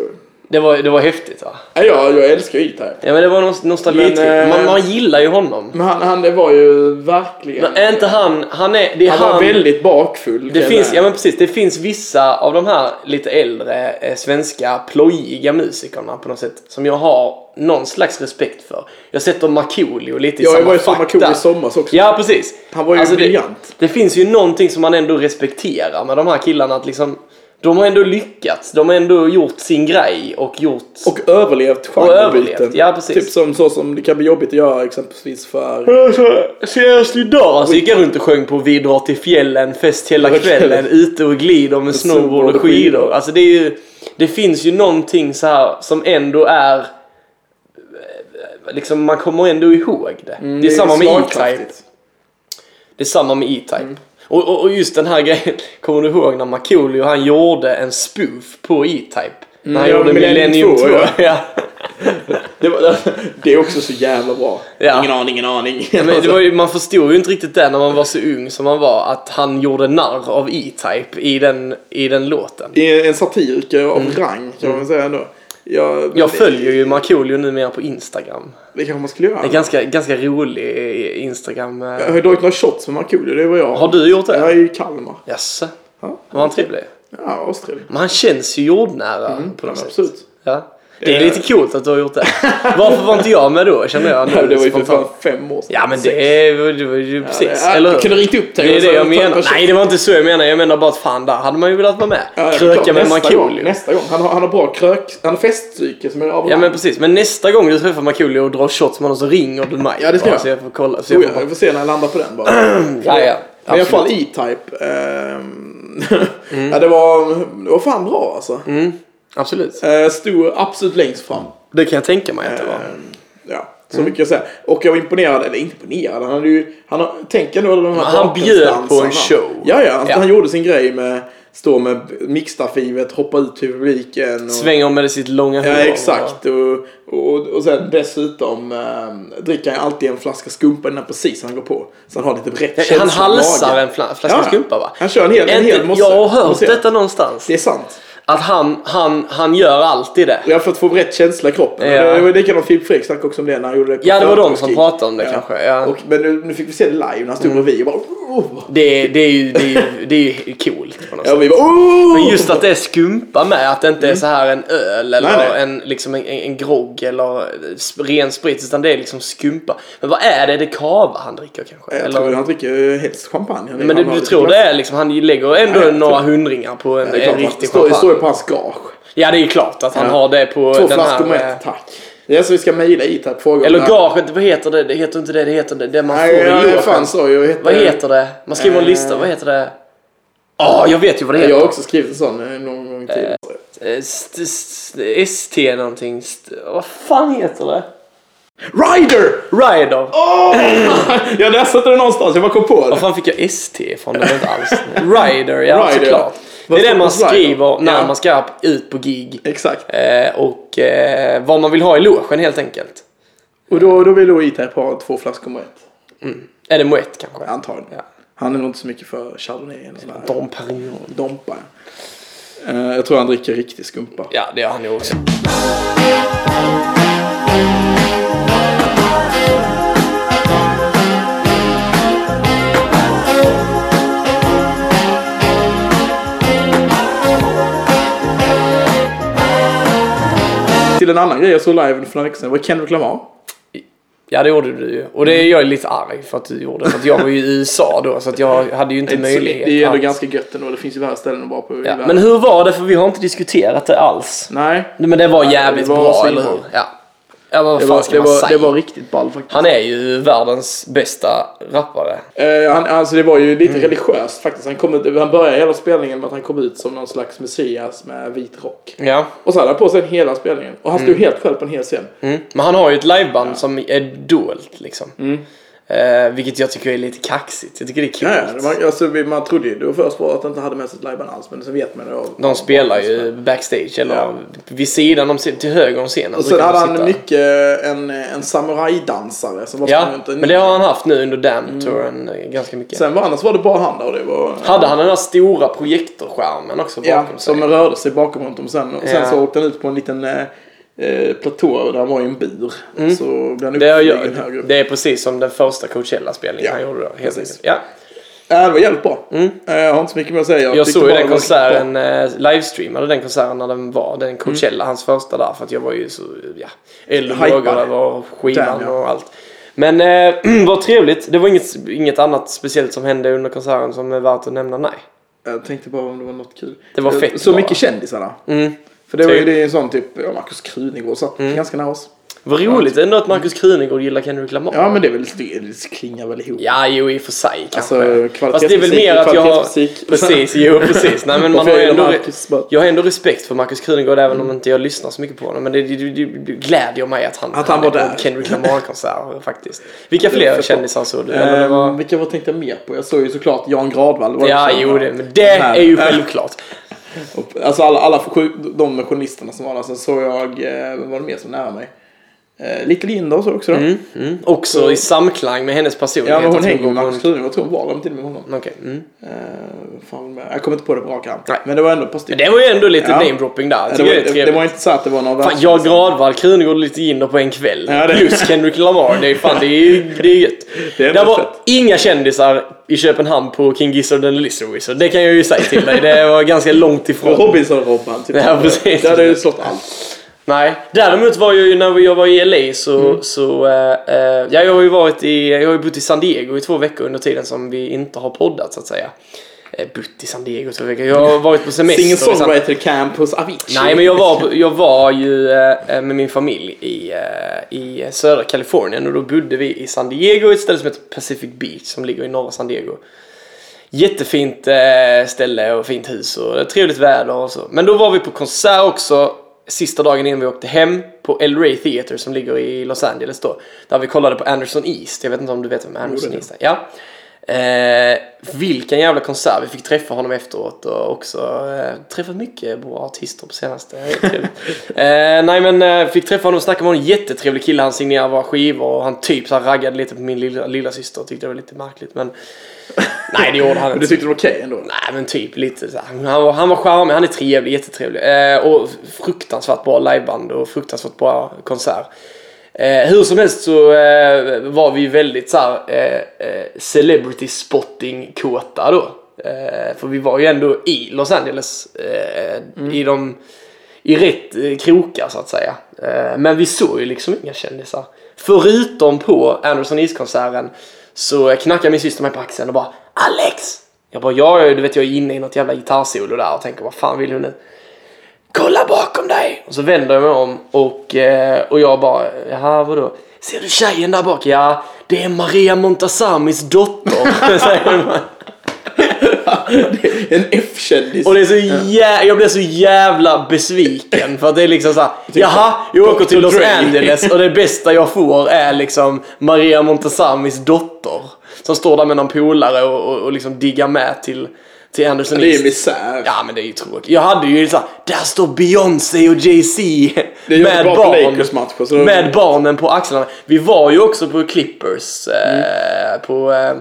Speaker 2: Det var, det var häftigt va?
Speaker 1: nej, jag, jag älskar E-Type.
Speaker 2: Ja men det var nost- nostalgi.
Speaker 1: Men, eh,
Speaker 2: man, man gillar ju honom.
Speaker 1: Men han, han det var ju verkligen...
Speaker 2: Men är inte han, han är, det är
Speaker 1: han,
Speaker 2: han.
Speaker 1: var väldigt bakfull. kan
Speaker 2: Det
Speaker 1: jag
Speaker 2: finns,
Speaker 1: säga.
Speaker 2: ja men precis, det finns vissa av de här lite äldre eh, svenska plojiga musikerna på något sätt som jag har någon slags respekt för. Jag sätter Markoolio lite i
Speaker 1: Ja, jag
Speaker 2: samma
Speaker 1: var ju som
Speaker 2: fack
Speaker 1: Markoolio
Speaker 2: där.
Speaker 1: i somras också.
Speaker 2: Ja, precis. Alltså,
Speaker 1: Han var ju
Speaker 2: det,
Speaker 1: briljant.
Speaker 2: det finns ju någonting som man ändå respekterar med de här killarna att liksom de har ändå lyckats. De har ändå gjort sin grej och gjort...
Speaker 1: Och överlevt genrebyten.
Speaker 2: överlevt, ja, precis.
Speaker 1: Typ som, så som det kan bli jobbigt att göra exempelvis för...
Speaker 2: Alltså, Senast idag så gick jag runt och sjöng på Vi drar till fjällen, fest hela kvällen, ute och glider med snowboard och skidor. Alltså det är ju, det finns ju någonting så här som ändå är, eh, liksom man kommer ändå ihåg det. det är samma med E-Type.
Speaker 1: Mm, slagkraftigt. Mm.
Speaker 2: Det är samma med E-Type. Och, och, och just den här grejen, kommer du ihåg när Markoolio han gjorde en spoof på E-Type? När han
Speaker 1: Mm. ja,
Speaker 2: gjorde
Speaker 1: Millennium
Speaker 2: Millennium 2.
Speaker 1: 2, ja.
Speaker 2: ja.
Speaker 1: Det, var, det är också så jävla bra.
Speaker 2: Ja.
Speaker 1: Ingen aning, ingen aning.
Speaker 2: Ja, Men det var ju, man förstod ju inte riktigt det när man var så ung som man var att han gjorde narr av E-Type i den, i den låten.
Speaker 1: Det är en satiriker av rang kan man säga ändå. Jag,
Speaker 2: Mm. Jag följer ju Markoolio numera på Instagram.
Speaker 1: Det kanske man skulle göra.
Speaker 2: Det är ganska, ganska rolig Instagram. eh.
Speaker 1: Jag har ju dragit några shots med Markoolio, det var jag.
Speaker 2: Har du gjort
Speaker 1: Jag
Speaker 2: det?
Speaker 1: är i Kalmar.
Speaker 2: Jaså?
Speaker 1: Ja,
Speaker 2: Var han trevlig?
Speaker 1: ja astrevlig.
Speaker 2: Men han känns ju jordnära på något sätt.
Speaker 1: Mm, Absolut.
Speaker 2: Ja. Det är lite coolt att du har gjort det. Varför var inte jag med då känner jag
Speaker 1: Ja,
Speaker 2: nu
Speaker 1: det var ju för
Speaker 2: spontant.
Speaker 1: fan fem år sedan.
Speaker 2: Ja men det är det var ju precis,
Speaker 1: Ja,
Speaker 2: eller
Speaker 1: du
Speaker 2: hur?
Speaker 1: kunde ringt upp dig
Speaker 2: Det
Speaker 1: och
Speaker 2: är
Speaker 1: så
Speaker 2: det jag
Speaker 1: hade du tagit
Speaker 2: menar.
Speaker 1: en
Speaker 2: Nej, det var inte så jag menar. Jag menar bara att fan, där hade man ju velat vara med.
Speaker 1: Ja, det är klart.
Speaker 2: Kröka med
Speaker 1: Nästa
Speaker 2: Markoolio.
Speaker 1: gång- liksom. Nästa gång. Han har, han har bra krök... Han har festpsyke som är av
Speaker 2: Ja, men precis. Men nästa gång du träffar Markoolio och drar shots med honom så ringer du mig.
Speaker 1: Ja, det ska
Speaker 2: bara,
Speaker 1: jag.
Speaker 2: Så jag får kolla. Så
Speaker 1: Oh,
Speaker 2: jag
Speaker 1: ja,
Speaker 2: får...
Speaker 1: jag får se när jag landar på den bara. Men
Speaker 2: Ja, ja.
Speaker 1: i alla fall
Speaker 2: Absolut.
Speaker 1: E-Type. ehm, ja, det var, det var fan bra alltså.
Speaker 2: Mm. Absolut.
Speaker 1: Eh, Stod absolut längst fram.
Speaker 2: Det kan jag tänka mig att det var.
Speaker 1: Ehm, Ja, så
Speaker 2: Mm.
Speaker 1: mycket jag säga. Och jag var imponerad, eller inte imponerad, han hade ju... Han har, tänk ändå alla de här
Speaker 2: Men han bjöd
Speaker 1: bakgrundsdansarna.
Speaker 2: på en show.
Speaker 1: Ja, ja, alltså,
Speaker 2: Ja.
Speaker 1: Han gjorde sin grej med stå med mixstaffivet, hoppa ut till publiken. Och,
Speaker 2: Svänger med sitt långa hår. Eh,
Speaker 1: ja, exakt. Och, och, och sen dessutom eh, dricker han alltid en flaska skumpa innan precis han går på. Så han har lite brett
Speaker 2: Ja,
Speaker 1: känsla
Speaker 2: Han
Speaker 1: i
Speaker 2: halsar
Speaker 1: magen.
Speaker 2: en fla- flaska
Speaker 1: Ja, ja.
Speaker 2: skumpa va?
Speaker 1: Han kör en hel, en
Speaker 2: Inte-
Speaker 1: hel mosse.
Speaker 2: Jag har hört
Speaker 1: Mosse.
Speaker 2: detta någonstans.
Speaker 1: Det är sant.
Speaker 2: Att han, han, han gör alltid det.
Speaker 1: Ja, för att få rätt känsla i kroppen.
Speaker 2: Ja.
Speaker 1: Det var likadant Filip Fredrik snackade också om det när han gjorde det på
Speaker 2: Ja, det var de
Speaker 1: Flötbollskrig.
Speaker 2: som pratade om det kanske, ja. Mm.
Speaker 1: Och, men nu, nu fick vi se det live när han stod bredvid och bara... oh.
Speaker 2: Det, det, är ju, det, är ju, det är ju coolt på något
Speaker 1: Ja,
Speaker 2: sätt.
Speaker 1: vi bara oh!
Speaker 2: Men just att det är skumpa med, att det inte är så här en öl eller
Speaker 1: Mm. Nej, nej.
Speaker 2: En, liksom en, en, en grogg eller sp- ren sprit, utan det är liksom skumpa. Men vad är det? Det är kava han dricker kanske?
Speaker 1: Jag
Speaker 2: eller?
Speaker 1: tror han dricker ju helst champagne.
Speaker 2: Men du,
Speaker 1: Han har
Speaker 2: du
Speaker 1: lite
Speaker 2: tror
Speaker 1: glass.
Speaker 2: det är liksom, han lägger ändå
Speaker 1: Ja, jag
Speaker 2: några
Speaker 1: tror-
Speaker 2: hundringar på
Speaker 1: Det
Speaker 2: en,
Speaker 1: är
Speaker 2: en
Speaker 1: klart, det
Speaker 2: riktig
Speaker 1: står- det står ju
Speaker 2: champagne.
Speaker 1: på hans gage.
Speaker 2: Ja, det är ju klart att han
Speaker 1: Ja.
Speaker 2: har det på
Speaker 1: Två
Speaker 2: den här...
Speaker 1: flaskor med
Speaker 2: eh,
Speaker 1: ett tack. Det är så vi ska mejla E-Type frågor.
Speaker 2: Eller gaget, vad heter det? Det heter inte det, det heter det, det man
Speaker 1: Nej,
Speaker 2: får i
Speaker 1: jag
Speaker 2: logen.
Speaker 1: fan sa ju. jag
Speaker 2: Vad heter det? Man skriver en lista,
Speaker 1: Eh.
Speaker 2: vad heter det? Åh, jag vet ju vad det heter!
Speaker 1: Jag har också skrivit en sån eh, någon gång till.
Speaker 2: Eh, st- st- ST någonting, st- vad fan heter det?
Speaker 1: Rider!
Speaker 2: Rider!
Speaker 1: ja, där satte det någonstans. Jag bara kom på
Speaker 2: Vad
Speaker 1: det.
Speaker 2: fan fick jag ST ifrån? Det var inte alls. Rider, ja
Speaker 1: Rider.
Speaker 2: såklart. Det
Speaker 1: Vad
Speaker 2: är
Speaker 1: står
Speaker 2: det man
Speaker 1: på rider?
Speaker 2: skriver när
Speaker 1: Ja.
Speaker 2: man ska ut på gig.
Speaker 1: Exakt.
Speaker 2: Eh, och eh, vad man vill ha i logen helt enkelt.
Speaker 1: Och då, då vill då E-Type ha två flaskor med ett.
Speaker 2: Är det moët kanske?
Speaker 1: Antagligen.
Speaker 2: Ja.
Speaker 1: Han är nog inte så mycket för chardonnay eller sådär.
Speaker 2: Dom Perignon.
Speaker 1: Dompa. Eh, jag tror han dricker riktig skumpa.
Speaker 2: Ja, det gör han ju också.
Speaker 1: Till en annan grej jag såg live för några veckor sedan var Kendrick Lamar.
Speaker 2: Ja, det gjorde du ju. Och det är jag lite arg för att du gjorde. För att jag var ju i USA då, så att jag hade ju
Speaker 1: Det
Speaker 2: inte
Speaker 1: är inte så-
Speaker 2: möjlighet
Speaker 1: Det är ju ändå
Speaker 2: att-
Speaker 1: ganska gött ändå. Det finns ju värre ställen att vara på i
Speaker 2: ja.
Speaker 1: världen.
Speaker 2: Men hur var det? För vi har inte diskuterat det alls.
Speaker 1: Nej.
Speaker 2: Nej, Men det var jävligt
Speaker 1: Det var
Speaker 2: bra,
Speaker 1: svinbra.
Speaker 2: eller hur? Ja. Ja, vad
Speaker 1: Det
Speaker 2: fan
Speaker 1: var,
Speaker 2: ska
Speaker 1: det,
Speaker 2: man
Speaker 1: var, det
Speaker 2: säga?
Speaker 1: var riktigt ball faktiskt.
Speaker 2: Han är ju världens bästa rappare.
Speaker 1: Eh, han, alltså det var ju lite
Speaker 2: Mm.
Speaker 1: religiöst faktiskt. Han, kom ut, han började hela spelningen med att han kom ut som någon slags messias med vit rock.
Speaker 2: Ja.
Speaker 1: Och så hade han på sig den hela spelningen. Och han stod helt själv på en hel scen.
Speaker 2: Mm. Men han har ju ett liveband som är dolt liksom. Eh, vilket jag tycker är lite kaxigt. Jag tycker det är
Speaker 1: Ja,
Speaker 2: coolt.
Speaker 1: ja, man, alltså, vi- man trodde ju då först var att han inte hade med sig ett liveband alls. Men så vet man ju. av-
Speaker 2: De spelar ju backstage eller
Speaker 1: Ja.
Speaker 2: vid sidan om scenen, till höger om scenen.
Speaker 1: Och sen
Speaker 2: brukar de
Speaker 1: hade han
Speaker 2: sitta.
Speaker 1: mycket en, en samurajdansare som var
Speaker 2: Ja,
Speaker 1: sprang runt en-
Speaker 2: men det har han haft nu under Damn-touren eh, ganska mycket.
Speaker 1: Sen var annars var det bara han där och det var...
Speaker 2: Hade han den där stora projektorskärmen också
Speaker 1: Ja,
Speaker 2: bakom sig?
Speaker 1: som rörde sig bakom honom sen. Och sen
Speaker 2: Ja.
Speaker 1: så åkte han ut på en liten eh, eh, platå där han var i en bur. Så blev han
Speaker 2: Mm. Det, jag
Speaker 1: uppflygen högre
Speaker 2: gör,
Speaker 1: upp.
Speaker 2: det är precis som den första Coachella-spelningen
Speaker 1: Ja,
Speaker 2: han gjorde då. Helt
Speaker 1: precis.
Speaker 2: enkelt. ja.
Speaker 1: Ja, Äh, det var jävligt bra. Eh, Jag har inte så mycket mer att säga.
Speaker 2: Mm. Jag
Speaker 1: tyckte
Speaker 2: såg ju
Speaker 1: bara
Speaker 2: den
Speaker 1: det var Mm. riktigt bra.
Speaker 2: konserten, eh, livestreamade den konserten när den var, den Coachella, hans första där. För att jag var ju så, ja, eld och
Speaker 1: Hypad.
Speaker 2: lågor över skivan
Speaker 1: Damn, ja.
Speaker 2: och allt. Men eh, vad trevligt. Det var inget, inget annat speciellt som hände under konserten som är värt att nämna, nej.
Speaker 1: Jag tänkte bara om det var något kul.
Speaker 2: Det var
Speaker 1: Eh,
Speaker 2: fett
Speaker 1: Så
Speaker 2: bra.
Speaker 1: mycket kändisar där.
Speaker 2: Mm.
Speaker 1: För det var ju
Speaker 2: Typ. Mm.
Speaker 1: det är en sån typ, ja, Markus Krunegård satt ganska nära oss.
Speaker 2: Vad roligt ändå att Markus Krunegård gillar Kendrick Lamar.
Speaker 1: Ja men det, är väl, det, det klingar väl ihop.
Speaker 2: Ja, jo i och för sig kanske.
Speaker 1: Alltså, kvalitetsmusik
Speaker 2: Fast det är väl
Speaker 1: är
Speaker 2: mer att jag har...
Speaker 1: kvalitetsmusik.
Speaker 2: Precis, jo precis. Nej, men man
Speaker 1: Varför
Speaker 2: har ju
Speaker 1: är det
Speaker 2: ändå...
Speaker 1: Marcus bara-
Speaker 2: Jag har ändå respekt för Markus Krunegård även om inte jag lyssnar så mycket på honom. Men det, det, det, det glädjer mig att han,
Speaker 1: Att han var
Speaker 2: är på
Speaker 1: där.
Speaker 2: en Kendrick Lamar-konsert faktiskt. Vilka
Speaker 1: Det är
Speaker 2: fler
Speaker 1: fett
Speaker 2: kändisar såg du? Eller det
Speaker 1: Ehm,
Speaker 2: var...
Speaker 1: Vilka vad tänkte jag mer på? Jag såg ju såklart Jan Gradvall. det var
Speaker 2: Ja,
Speaker 1: ju så-
Speaker 2: jo det, men det
Speaker 1: här. Eh.
Speaker 2: är ju självklart.
Speaker 1: Och, Alltså alla, alla sjuk- de med journalisterna som var där. Sen såg jag, eh, vem var det mer som nära mig? Eh, Lite Linda såg jag också då.
Speaker 2: Mm, mm. Också i samklang med hennes personlighet.
Speaker 1: Ja men hon
Speaker 2: att
Speaker 1: hänger
Speaker 2: går
Speaker 1: med
Speaker 2: på
Speaker 1: Markus
Speaker 2: en-
Speaker 1: Krunegård. Jag tror hon var där till och med med honom.
Speaker 2: Okej. Mm.
Speaker 1: Eh, fan, men jag kommer inte på det på rak arm.
Speaker 2: Nej.
Speaker 1: Men det var ändå ett par
Speaker 2: Men
Speaker 1: stycken.
Speaker 2: det var ju ändå lite
Speaker 1: Ja.
Speaker 2: namedropping där.
Speaker 1: Ja, det,
Speaker 2: Jag tycker
Speaker 1: var,
Speaker 2: det är
Speaker 1: det,
Speaker 2: trevligt.
Speaker 1: det var inte så att det var någon
Speaker 2: Fan, jag Gradvall, Krunegård, lite in på en kväll.
Speaker 1: Ja, det-
Speaker 2: Plus Kendrick Lamar. Det är fan, det är ju det är gött.
Speaker 1: Det är
Speaker 2: Det
Speaker 1: ändå
Speaker 2: var
Speaker 1: fett.
Speaker 2: inga kändisar i Köpenhamn på King Gizzard and the Lizard Wizard. Det kan jag ju säga till dig. Det var ganska långt
Speaker 1: Och
Speaker 2: ifrån.
Speaker 1: Robinson-Robban. Typ.
Speaker 2: Ja, precis.
Speaker 1: Det hade ju slått allt.
Speaker 2: Nej. Däremot var jag ju när jag var i LA så...
Speaker 1: Mm.
Speaker 2: så eh, eh, ja, jag har ju varit i... Jag har ju bott i San Diego i två veckor under tiden som vi inte har poddat så att säga. Eh, bott i San Diego i två veckor. Jag har varit på semester i San
Speaker 1: Singer-songwriter camp hos Avicii.
Speaker 2: Nej, men jag var, jag var ju eh, med min familj i, eh, i södra Kalifornien och då bodde vi i San Diego, ett ställe som heter Pacific Beach som ligger i norra San Diego. Jättefint eh, ställe och fint hus och trevligt väder och så. Men då var vi på konsert också sista dagen innan vi åkte hem på El Rey Theater som ligger i Los Angeles då. Där vi kollade på Anderson East. Jag vet inte om du vet vem Anderson
Speaker 1: det vet
Speaker 2: East är? Ja. Eh, vilken jävla konsert. Vi fick träffa honom efteråt och också eh, träffat mycket bra artister på senaste. eh, nej men eh, fick träffa honom och snacka med honom. Jättetrevlig kille. Han signerade våra skivor och han typ så här raggade lite på min lilla, lilla syster Tyckte det var lite märkligt men nej det gjorde han
Speaker 1: Men
Speaker 2: inte.
Speaker 1: du tyckte det var okej ändå?
Speaker 2: Nej men typ lite så här. Han var, han var charmig, han är trevlig, jättetrevlig. Eh, och fruktansvärt bra liveband och fruktansvärt bra konsert. Eh, Eh, hur som helst så eh, var vi väldigt så här, eh, eh, celebrity spotting kåta då. Eh, för vi var ju ändå i Los Angeles eh, i, de, i rätt eh, krokar så att säga. Eh, men vi såg ju liksom inga kändisar. Förutom på Anderson East-konserten så knackade min syster mig på axeln och bara Alex! Jag bara ja, ja, du vet jag är inne i något jävla gitarrsolo där och tänker vad fan vill hon nu? Kolla bakom dig! Och så vänder jag mig om och, eh, och jag bara, jaha vadå? Ser du tjejen där bak? Ja, det är Maria Montazamis dotter. säger man.
Speaker 1: En F-kändis.
Speaker 2: och det är så jä- jag blev så jävla besviken för att det är liksom såhär, jaha, jag åker till
Speaker 1: Dr.
Speaker 2: Los
Speaker 1: Dre."
Speaker 2: Angeles och det bästa jag får är liksom Maria Montazamis dotter. Som står där med någon polare och, och, och liksom diggar med till, till Anderson
Speaker 1: Det är
Speaker 2: East.
Speaker 1: ju misär.
Speaker 2: Ja men det är ju tråkigt. Jag hade ju såhär, där står Beyoncé och Jay-Z
Speaker 1: Det gör
Speaker 2: med,
Speaker 1: det bra på
Speaker 2: barn,
Speaker 1: Lakers matcher, så-
Speaker 2: med barnen på axlarna. Vi var ju också på Clippers
Speaker 1: Mm.
Speaker 2: eh, på eh,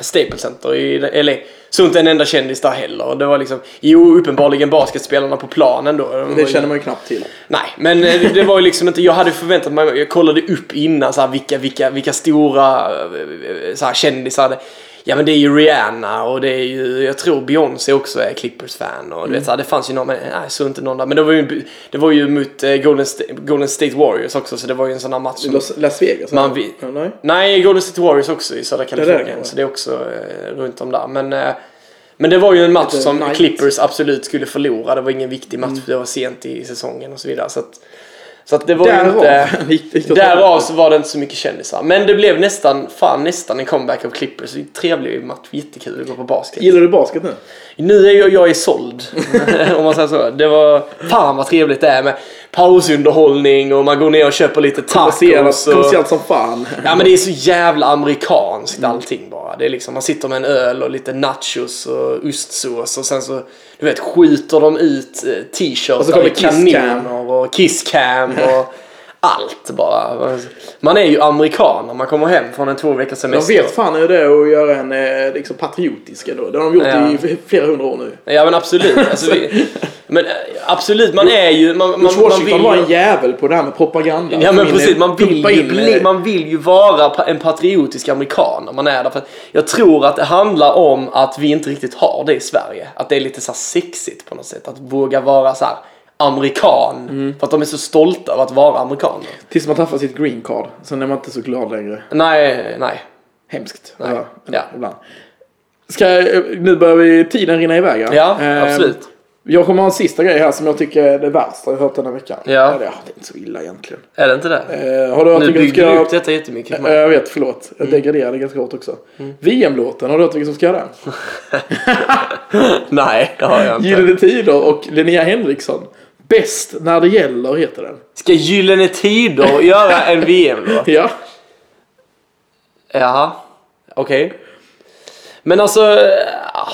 Speaker 2: Staples Center i LA. Så inte en enda kändis där heller. Det var liksom, jo uppenbarligen basketspelarna på planen då. De var
Speaker 1: Det
Speaker 2: ju-
Speaker 1: känner man ju knappt till.
Speaker 2: Nej, men eh, det- det var ju liksom inte, jag hade förväntat mig, jag kollade upp innan så här, vilka, vilka, vilka stora eh, eh, så här, kändisar. det- Ja men det är ju Rihanna och det är ju, jag tror Beyoncé också är Clippers-fan och du vet så här, det fanns ju någon, men nej så inte någon där. Men det var ju, det var ju mot eh, Golden, Sta- Golden State Warriors också så det var ju en sån här match som...
Speaker 1: Los, Las Vegas?
Speaker 2: Mm. Man vi-
Speaker 1: Ja, nej.
Speaker 2: Nej, Golden City Warriors också i södra
Speaker 1: där
Speaker 2: Kalifornien.
Speaker 1: kanske.
Speaker 2: så det är också eh, runt om där. Men, eh, men det var ju en match
Speaker 1: Lite
Speaker 2: som
Speaker 1: night.
Speaker 2: Clippers absolut skulle förlora. Det var ingen viktig match för det var sent i säsongen och så vidare. Så att, så att det var ju
Speaker 1: Därav.
Speaker 2: inte...
Speaker 1: Gick- gick det åt
Speaker 2: Därav så var det inte så mycket kändisar. Men det blev nästan, fan nästan en comeback av Clippers. Det är en trevlig match, jättekul att gå på basket.
Speaker 1: Gillar du basket nu?
Speaker 2: Nu är jag, jag är såld. om man säger så. Det var, fan vad trevligt det är med pausunderhållning och man går ner och köper lite tacos.
Speaker 1: Kommersiellt
Speaker 2: och-
Speaker 1: kommersiellt som fan.
Speaker 2: Ja men det är så jävla amerikanskt allting bara. Det är liksom, man sitter med en öl och lite nachos och ostsås och sen så, du vet, skjuter de ut eh,
Speaker 1: Och så
Speaker 2: t-shirtar
Speaker 1: kommer
Speaker 2: i
Speaker 1: Kiss Cam.
Speaker 2: kaniner och kisscam och allt bara. Man är ju amerikan när man kommer hem från en två veckors
Speaker 1: De
Speaker 2: semester.
Speaker 1: vet fan hur det är att göra en eh, liksom, patriotisk ändå. Det har de gjort
Speaker 2: Ja.
Speaker 1: i f- flera hundra år nu.
Speaker 2: Ja men absolut. Alltså, vi, men eh, absolut, man är ju... Man, man,
Speaker 1: George
Speaker 2: man
Speaker 1: Washington
Speaker 2: vill ju-
Speaker 1: var en jävel på det här med propaganda.
Speaker 2: Ja men
Speaker 1: Som
Speaker 2: precis,
Speaker 1: inne-
Speaker 2: man vill,
Speaker 1: pumpa
Speaker 2: ju
Speaker 1: in,
Speaker 2: bli,
Speaker 1: eh,
Speaker 2: man vill ju vara pa- en patriotisk amerikan när man är där. För att jag tror att det handlar om att vi inte riktigt har det i Sverige. Att det är lite så här sexigt på något sätt. Att våga vara så här amerikan. För att de är så stolta över att vara amerikaner.
Speaker 1: Tills man tappar sitt green card. Sen är man inte så glad längre.
Speaker 2: Nej, nej.
Speaker 1: Hemskt.
Speaker 2: Nej.
Speaker 1: Ja,
Speaker 2: Ja.
Speaker 1: Ibland. Ska, jag- nu börjar vi, tiden rinna iväg.
Speaker 2: Ja,
Speaker 1: Ehm,
Speaker 2: absolut.
Speaker 1: Jag kommer ha en sista grej här som jag tycker är det värsta jag hört den här veckan.
Speaker 2: Ja.
Speaker 1: Eller, ja, det är inte så illa egentligen.
Speaker 2: Är det inte det?
Speaker 1: Eh, har du hört
Speaker 2: Nu
Speaker 1: vilken du
Speaker 2: bygger du
Speaker 1: ska...
Speaker 2: upp Mm. detta jättemycket.
Speaker 1: Ja, Jag vet, förlåt. Jag degraderade ganska hårt också.
Speaker 2: Mm.
Speaker 1: VM-låten, har du hört vilken som ska göra den?
Speaker 2: nej, det har jag inte.
Speaker 1: Gyllene Tider och Linnea Henriksson. Bäst när det gäller heter den.
Speaker 2: Ska Gyllene Tider göra en VM-låt?
Speaker 1: Ja.
Speaker 2: Jaha, okej. Men alltså... ah,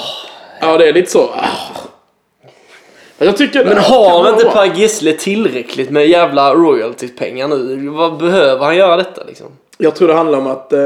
Speaker 1: Ja, det är lite så. Ah. Men Jag tycker...
Speaker 2: Men
Speaker 1: Kan
Speaker 2: har
Speaker 1: vara
Speaker 2: inte
Speaker 1: bra.
Speaker 2: Per Gessle tillräckligt med jävla royalties-pengar nu? Vad behöver han göra detta liksom?
Speaker 1: Jag tror det handlar om att eh,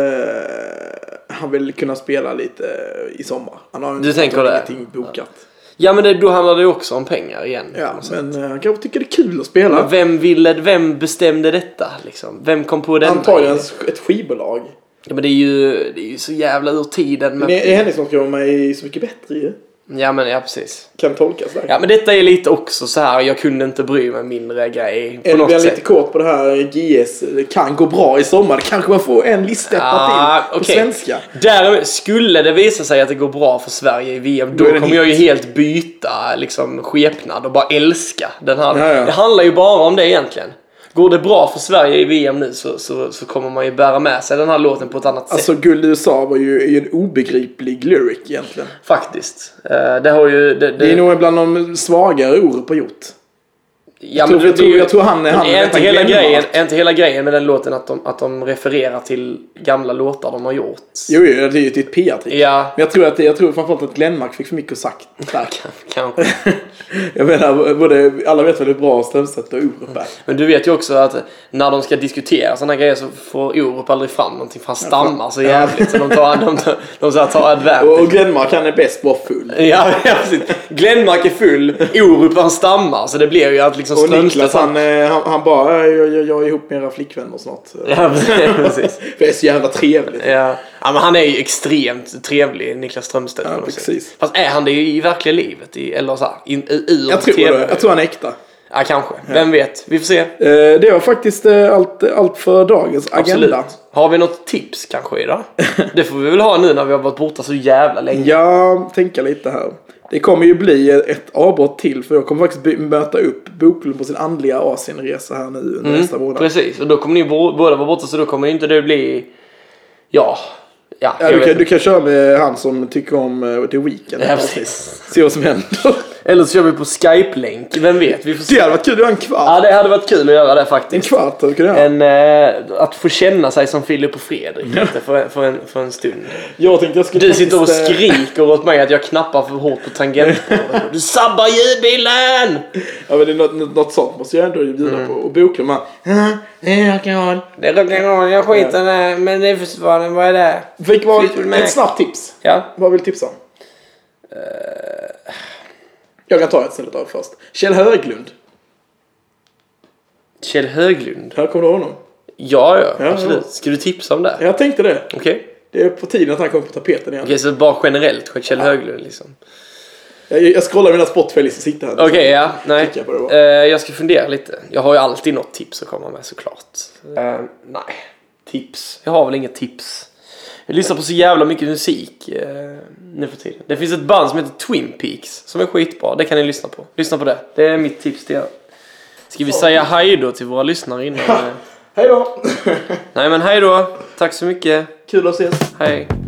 Speaker 1: han vill kunna spela lite eh, i sommar. Han har ju
Speaker 2: Du
Speaker 1: inte-
Speaker 2: tänker
Speaker 1: han har
Speaker 2: det?
Speaker 1: ingenting bokat.
Speaker 2: Ja men det, då handlar det ju också om pengar igen.
Speaker 1: Ja, men eh, han kanske tycker det är kul att spela.
Speaker 2: Men Vem ville, vem bestämde detta liksom? Vem kom på denna?
Speaker 1: Antagligen
Speaker 2: idé?
Speaker 1: ett skivbolag.
Speaker 2: Ja men det är ju, det är ju så jävla ur tiden.
Speaker 1: Men det är
Speaker 2: Men...
Speaker 1: Henrik som ska vara med i Så Mycket Bättre ju.
Speaker 2: Ja men ja precis.
Speaker 1: Kan tolkas där.
Speaker 2: Ja men detta är lite också så här. jag kunde inte bry mig mindre grej på
Speaker 1: Eller blir
Speaker 2: något
Speaker 1: jag lite
Speaker 2: sätt.
Speaker 1: kort på det här GS, det kan gå bra i sommar. Det kanske man får en listetta
Speaker 2: Ah,
Speaker 1: till på
Speaker 2: okej.
Speaker 1: svenska.
Speaker 2: Däremot, skulle det visa sig att det går bra för Sverige i VM, då
Speaker 1: Då är det
Speaker 2: kommer
Speaker 1: hit.
Speaker 2: jag ju helt byta liksom, skepnad och bara älska den här.
Speaker 1: Ja, ja.
Speaker 2: Det handlar ju bara om det egentligen. Går det bra för Sverige i VM nu så, så, så kommer man ju bära med sig den här låten på ett annat sätt.
Speaker 1: Alltså guld i USA var ju, är ju en obegriplig lyric egentligen.
Speaker 2: Faktiskt. Eh, det har ju... Det,
Speaker 1: Det är nog bland de svagare Orup har gjort.
Speaker 2: Ja,
Speaker 1: tror-
Speaker 2: men
Speaker 1: jag
Speaker 2: det är ju-
Speaker 1: tror- jag tror han är-
Speaker 2: men
Speaker 1: han är
Speaker 2: är inte
Speaker 1: nästan
Speaker 2: hela
Speaker 1: Glenmark.
Speaker 2: grejen Är inte hela grejen med den låten att de, att de refererar till gamla låtar de har gjort?
Speaker 1: Jo, jo, det är ju ett PR-trick.
Speaker 2: Ja,
Speaker 1: Men jag tror, att, det- jag tror framförallt att Glenmark fick för mycket sagt där.
Speaker 2: kanske.
Speaker 1: Jag menar, både, alla vet väl hur bra Strömstedt och Orup är.
Speaker 2: Men du vet ju också att när de ska diskutera sådana grejer så får Orup aldrig fram någonting för han stammar så jävligt så de tar, de, de, de så här tar advantage.
Speaker 1: Och Glenmark, han
Speaker 2: Eh,
Speaker 1: är bäst bara full.
Speaker 2: Ja, ja, precis. Glenmark är full, Orup han stammar så det blir ju att liksom liksom
Speaker 1: Och Niklas
Speaker 2: Strömstedt,
Speaker 1: han, eh, han, han bara "Äh, jag, jag, jag är ihop med era flickvänner snart.
Speaker 2: Ja, precis.
Speaker 1: För det är så jävla trevligt.
Speaker 2: Ja. ja, men han är ju extremt trevlig, Niklas Strömstedt.
Speaker 1: Ja,
Speaker 2: på något sätt.
Speaker 1: precis.
Speaker 2: Fast är han det i verkliga livet? I, eller så här, in, i, ur
Speaker 1: Jag tror,
Speaker 2: TV?
Speaker 1: det. jag tror han är äkta.
Speaker 2: Ja, kanske. Vem vet? Vi får se.
Speaker 1: Eh, Det var faktiskt eh, allt, allt för dagens
Speaker 2: Absolut.
Speaker 1: agenda.
Speaker 2: Har vi något tips kanske idag? Det får vi väl ha nu när vi har varit borta så jävla länge.
Speaker 1: Jag tänker lite här. Det kommer ju bli ett avbrott till för jag kommer faktiskt by- möta upp Boklund på sin andliga Asienresa här nu under nästa månad.
Speaker 2: Mm, Precis, och då kommer ni bo- båda vara borta så då kommer ju inte det bli... Ja, ja,
Speaker 1: Ja,
Speaker 2: jag
Speaker 1: du,
Speaker 2: vet
Speaker 1: kan, du
Speaker 2: inte.
Speaker 1: kan köra med han som tycker om eh, The Weeknd.
Speaker 2: Ja, precis.
Speaker 1: Se vad som händer.
Speaker 2: Eller så kör vi på Skype-länk, vem vet? Vi får se.
Speaker 1: Det hade varit kul, det var en kvart.
Speaker 2: Ja, det hade varit kul att göra det
Speaker 1: En
Speaker 2: faktiskt.
Speaker 1: kvart hade vi kunnat göra.
Speaker 2: En, eh, att få känna sig som Filip och Fredrik lite för, för, en, för en stund.
Speaker 1: Jag tänkte jag skulle
Speaker 2: Du sitter och
Speaker 1: faktiskt, eh,
Speaker 2: skriker åt mig att jag knappar för hårt på tangentbordet. Du sabbar ljudbilden!
Speaker 1: Ja men det är något, något, något sånt måste jag ändå bjuda
Speaker 2: Mm.
Speaker 1: på. Och Boklund man, "Ja, det är rock'n'roll.
Speaker 2: Det är rock'n'roll, jag skiter i det. Men det är försvaren, vad är det?
Speaker 1: Fick vara
Speaker 2: Fleetwood Mac.
Speaker 1: ett snabbt tips.
Speaker 2: Ja.
Speaker 1: Vad vill du tipsa om?
Speaker 2: Eh.
Speaker 1: Jag kan ta ett snällt av först. Kjell Höglund.
Speaker 2: Kjell Höglund.
Speaker 1: Här kommer du honom.
Speaker 2: Ja, ja,
Speaker 1: Ja,
Speaker 2: absolut.
Speaker 1: ja.
Speaker 2: Ska du tipsa om det? Okej.
Speaker 1: Jag tänkte det.
Speaker 2: Okej,
Speaker 1: Det är på tiden att han kommer på tapeten igen.
Speaker 2: så bara generellt Kjell Höglund liksom.
Speaker 1: Jag, jag scrollar mina Spotify-listor sitter här.
Speaker 2: Okej, ja. Nej.
Speaker 1: Kika på det bara.
Speaker 2: Eh, jag ska fundera lite. Jag har ju alltid något tips att komma med såklart. Eh, nej. Tips. Jag har väl inga tips. Jag lyssnar på så jävla mycket musik eh, nu för tiden. Det finns ett band som heter Twin Peaks som är skitbra. Det kan ni lyssna på. Lyssna på det. Det är mitt tips till er. Ska vi säga hej då till våra lyssnare innan? eh?
Speaker 1: Hej då!
Speaker 2: nej men hej då. Tack så mycket.
Speaker 1: Kul att ses.
Speaker 2: Hej.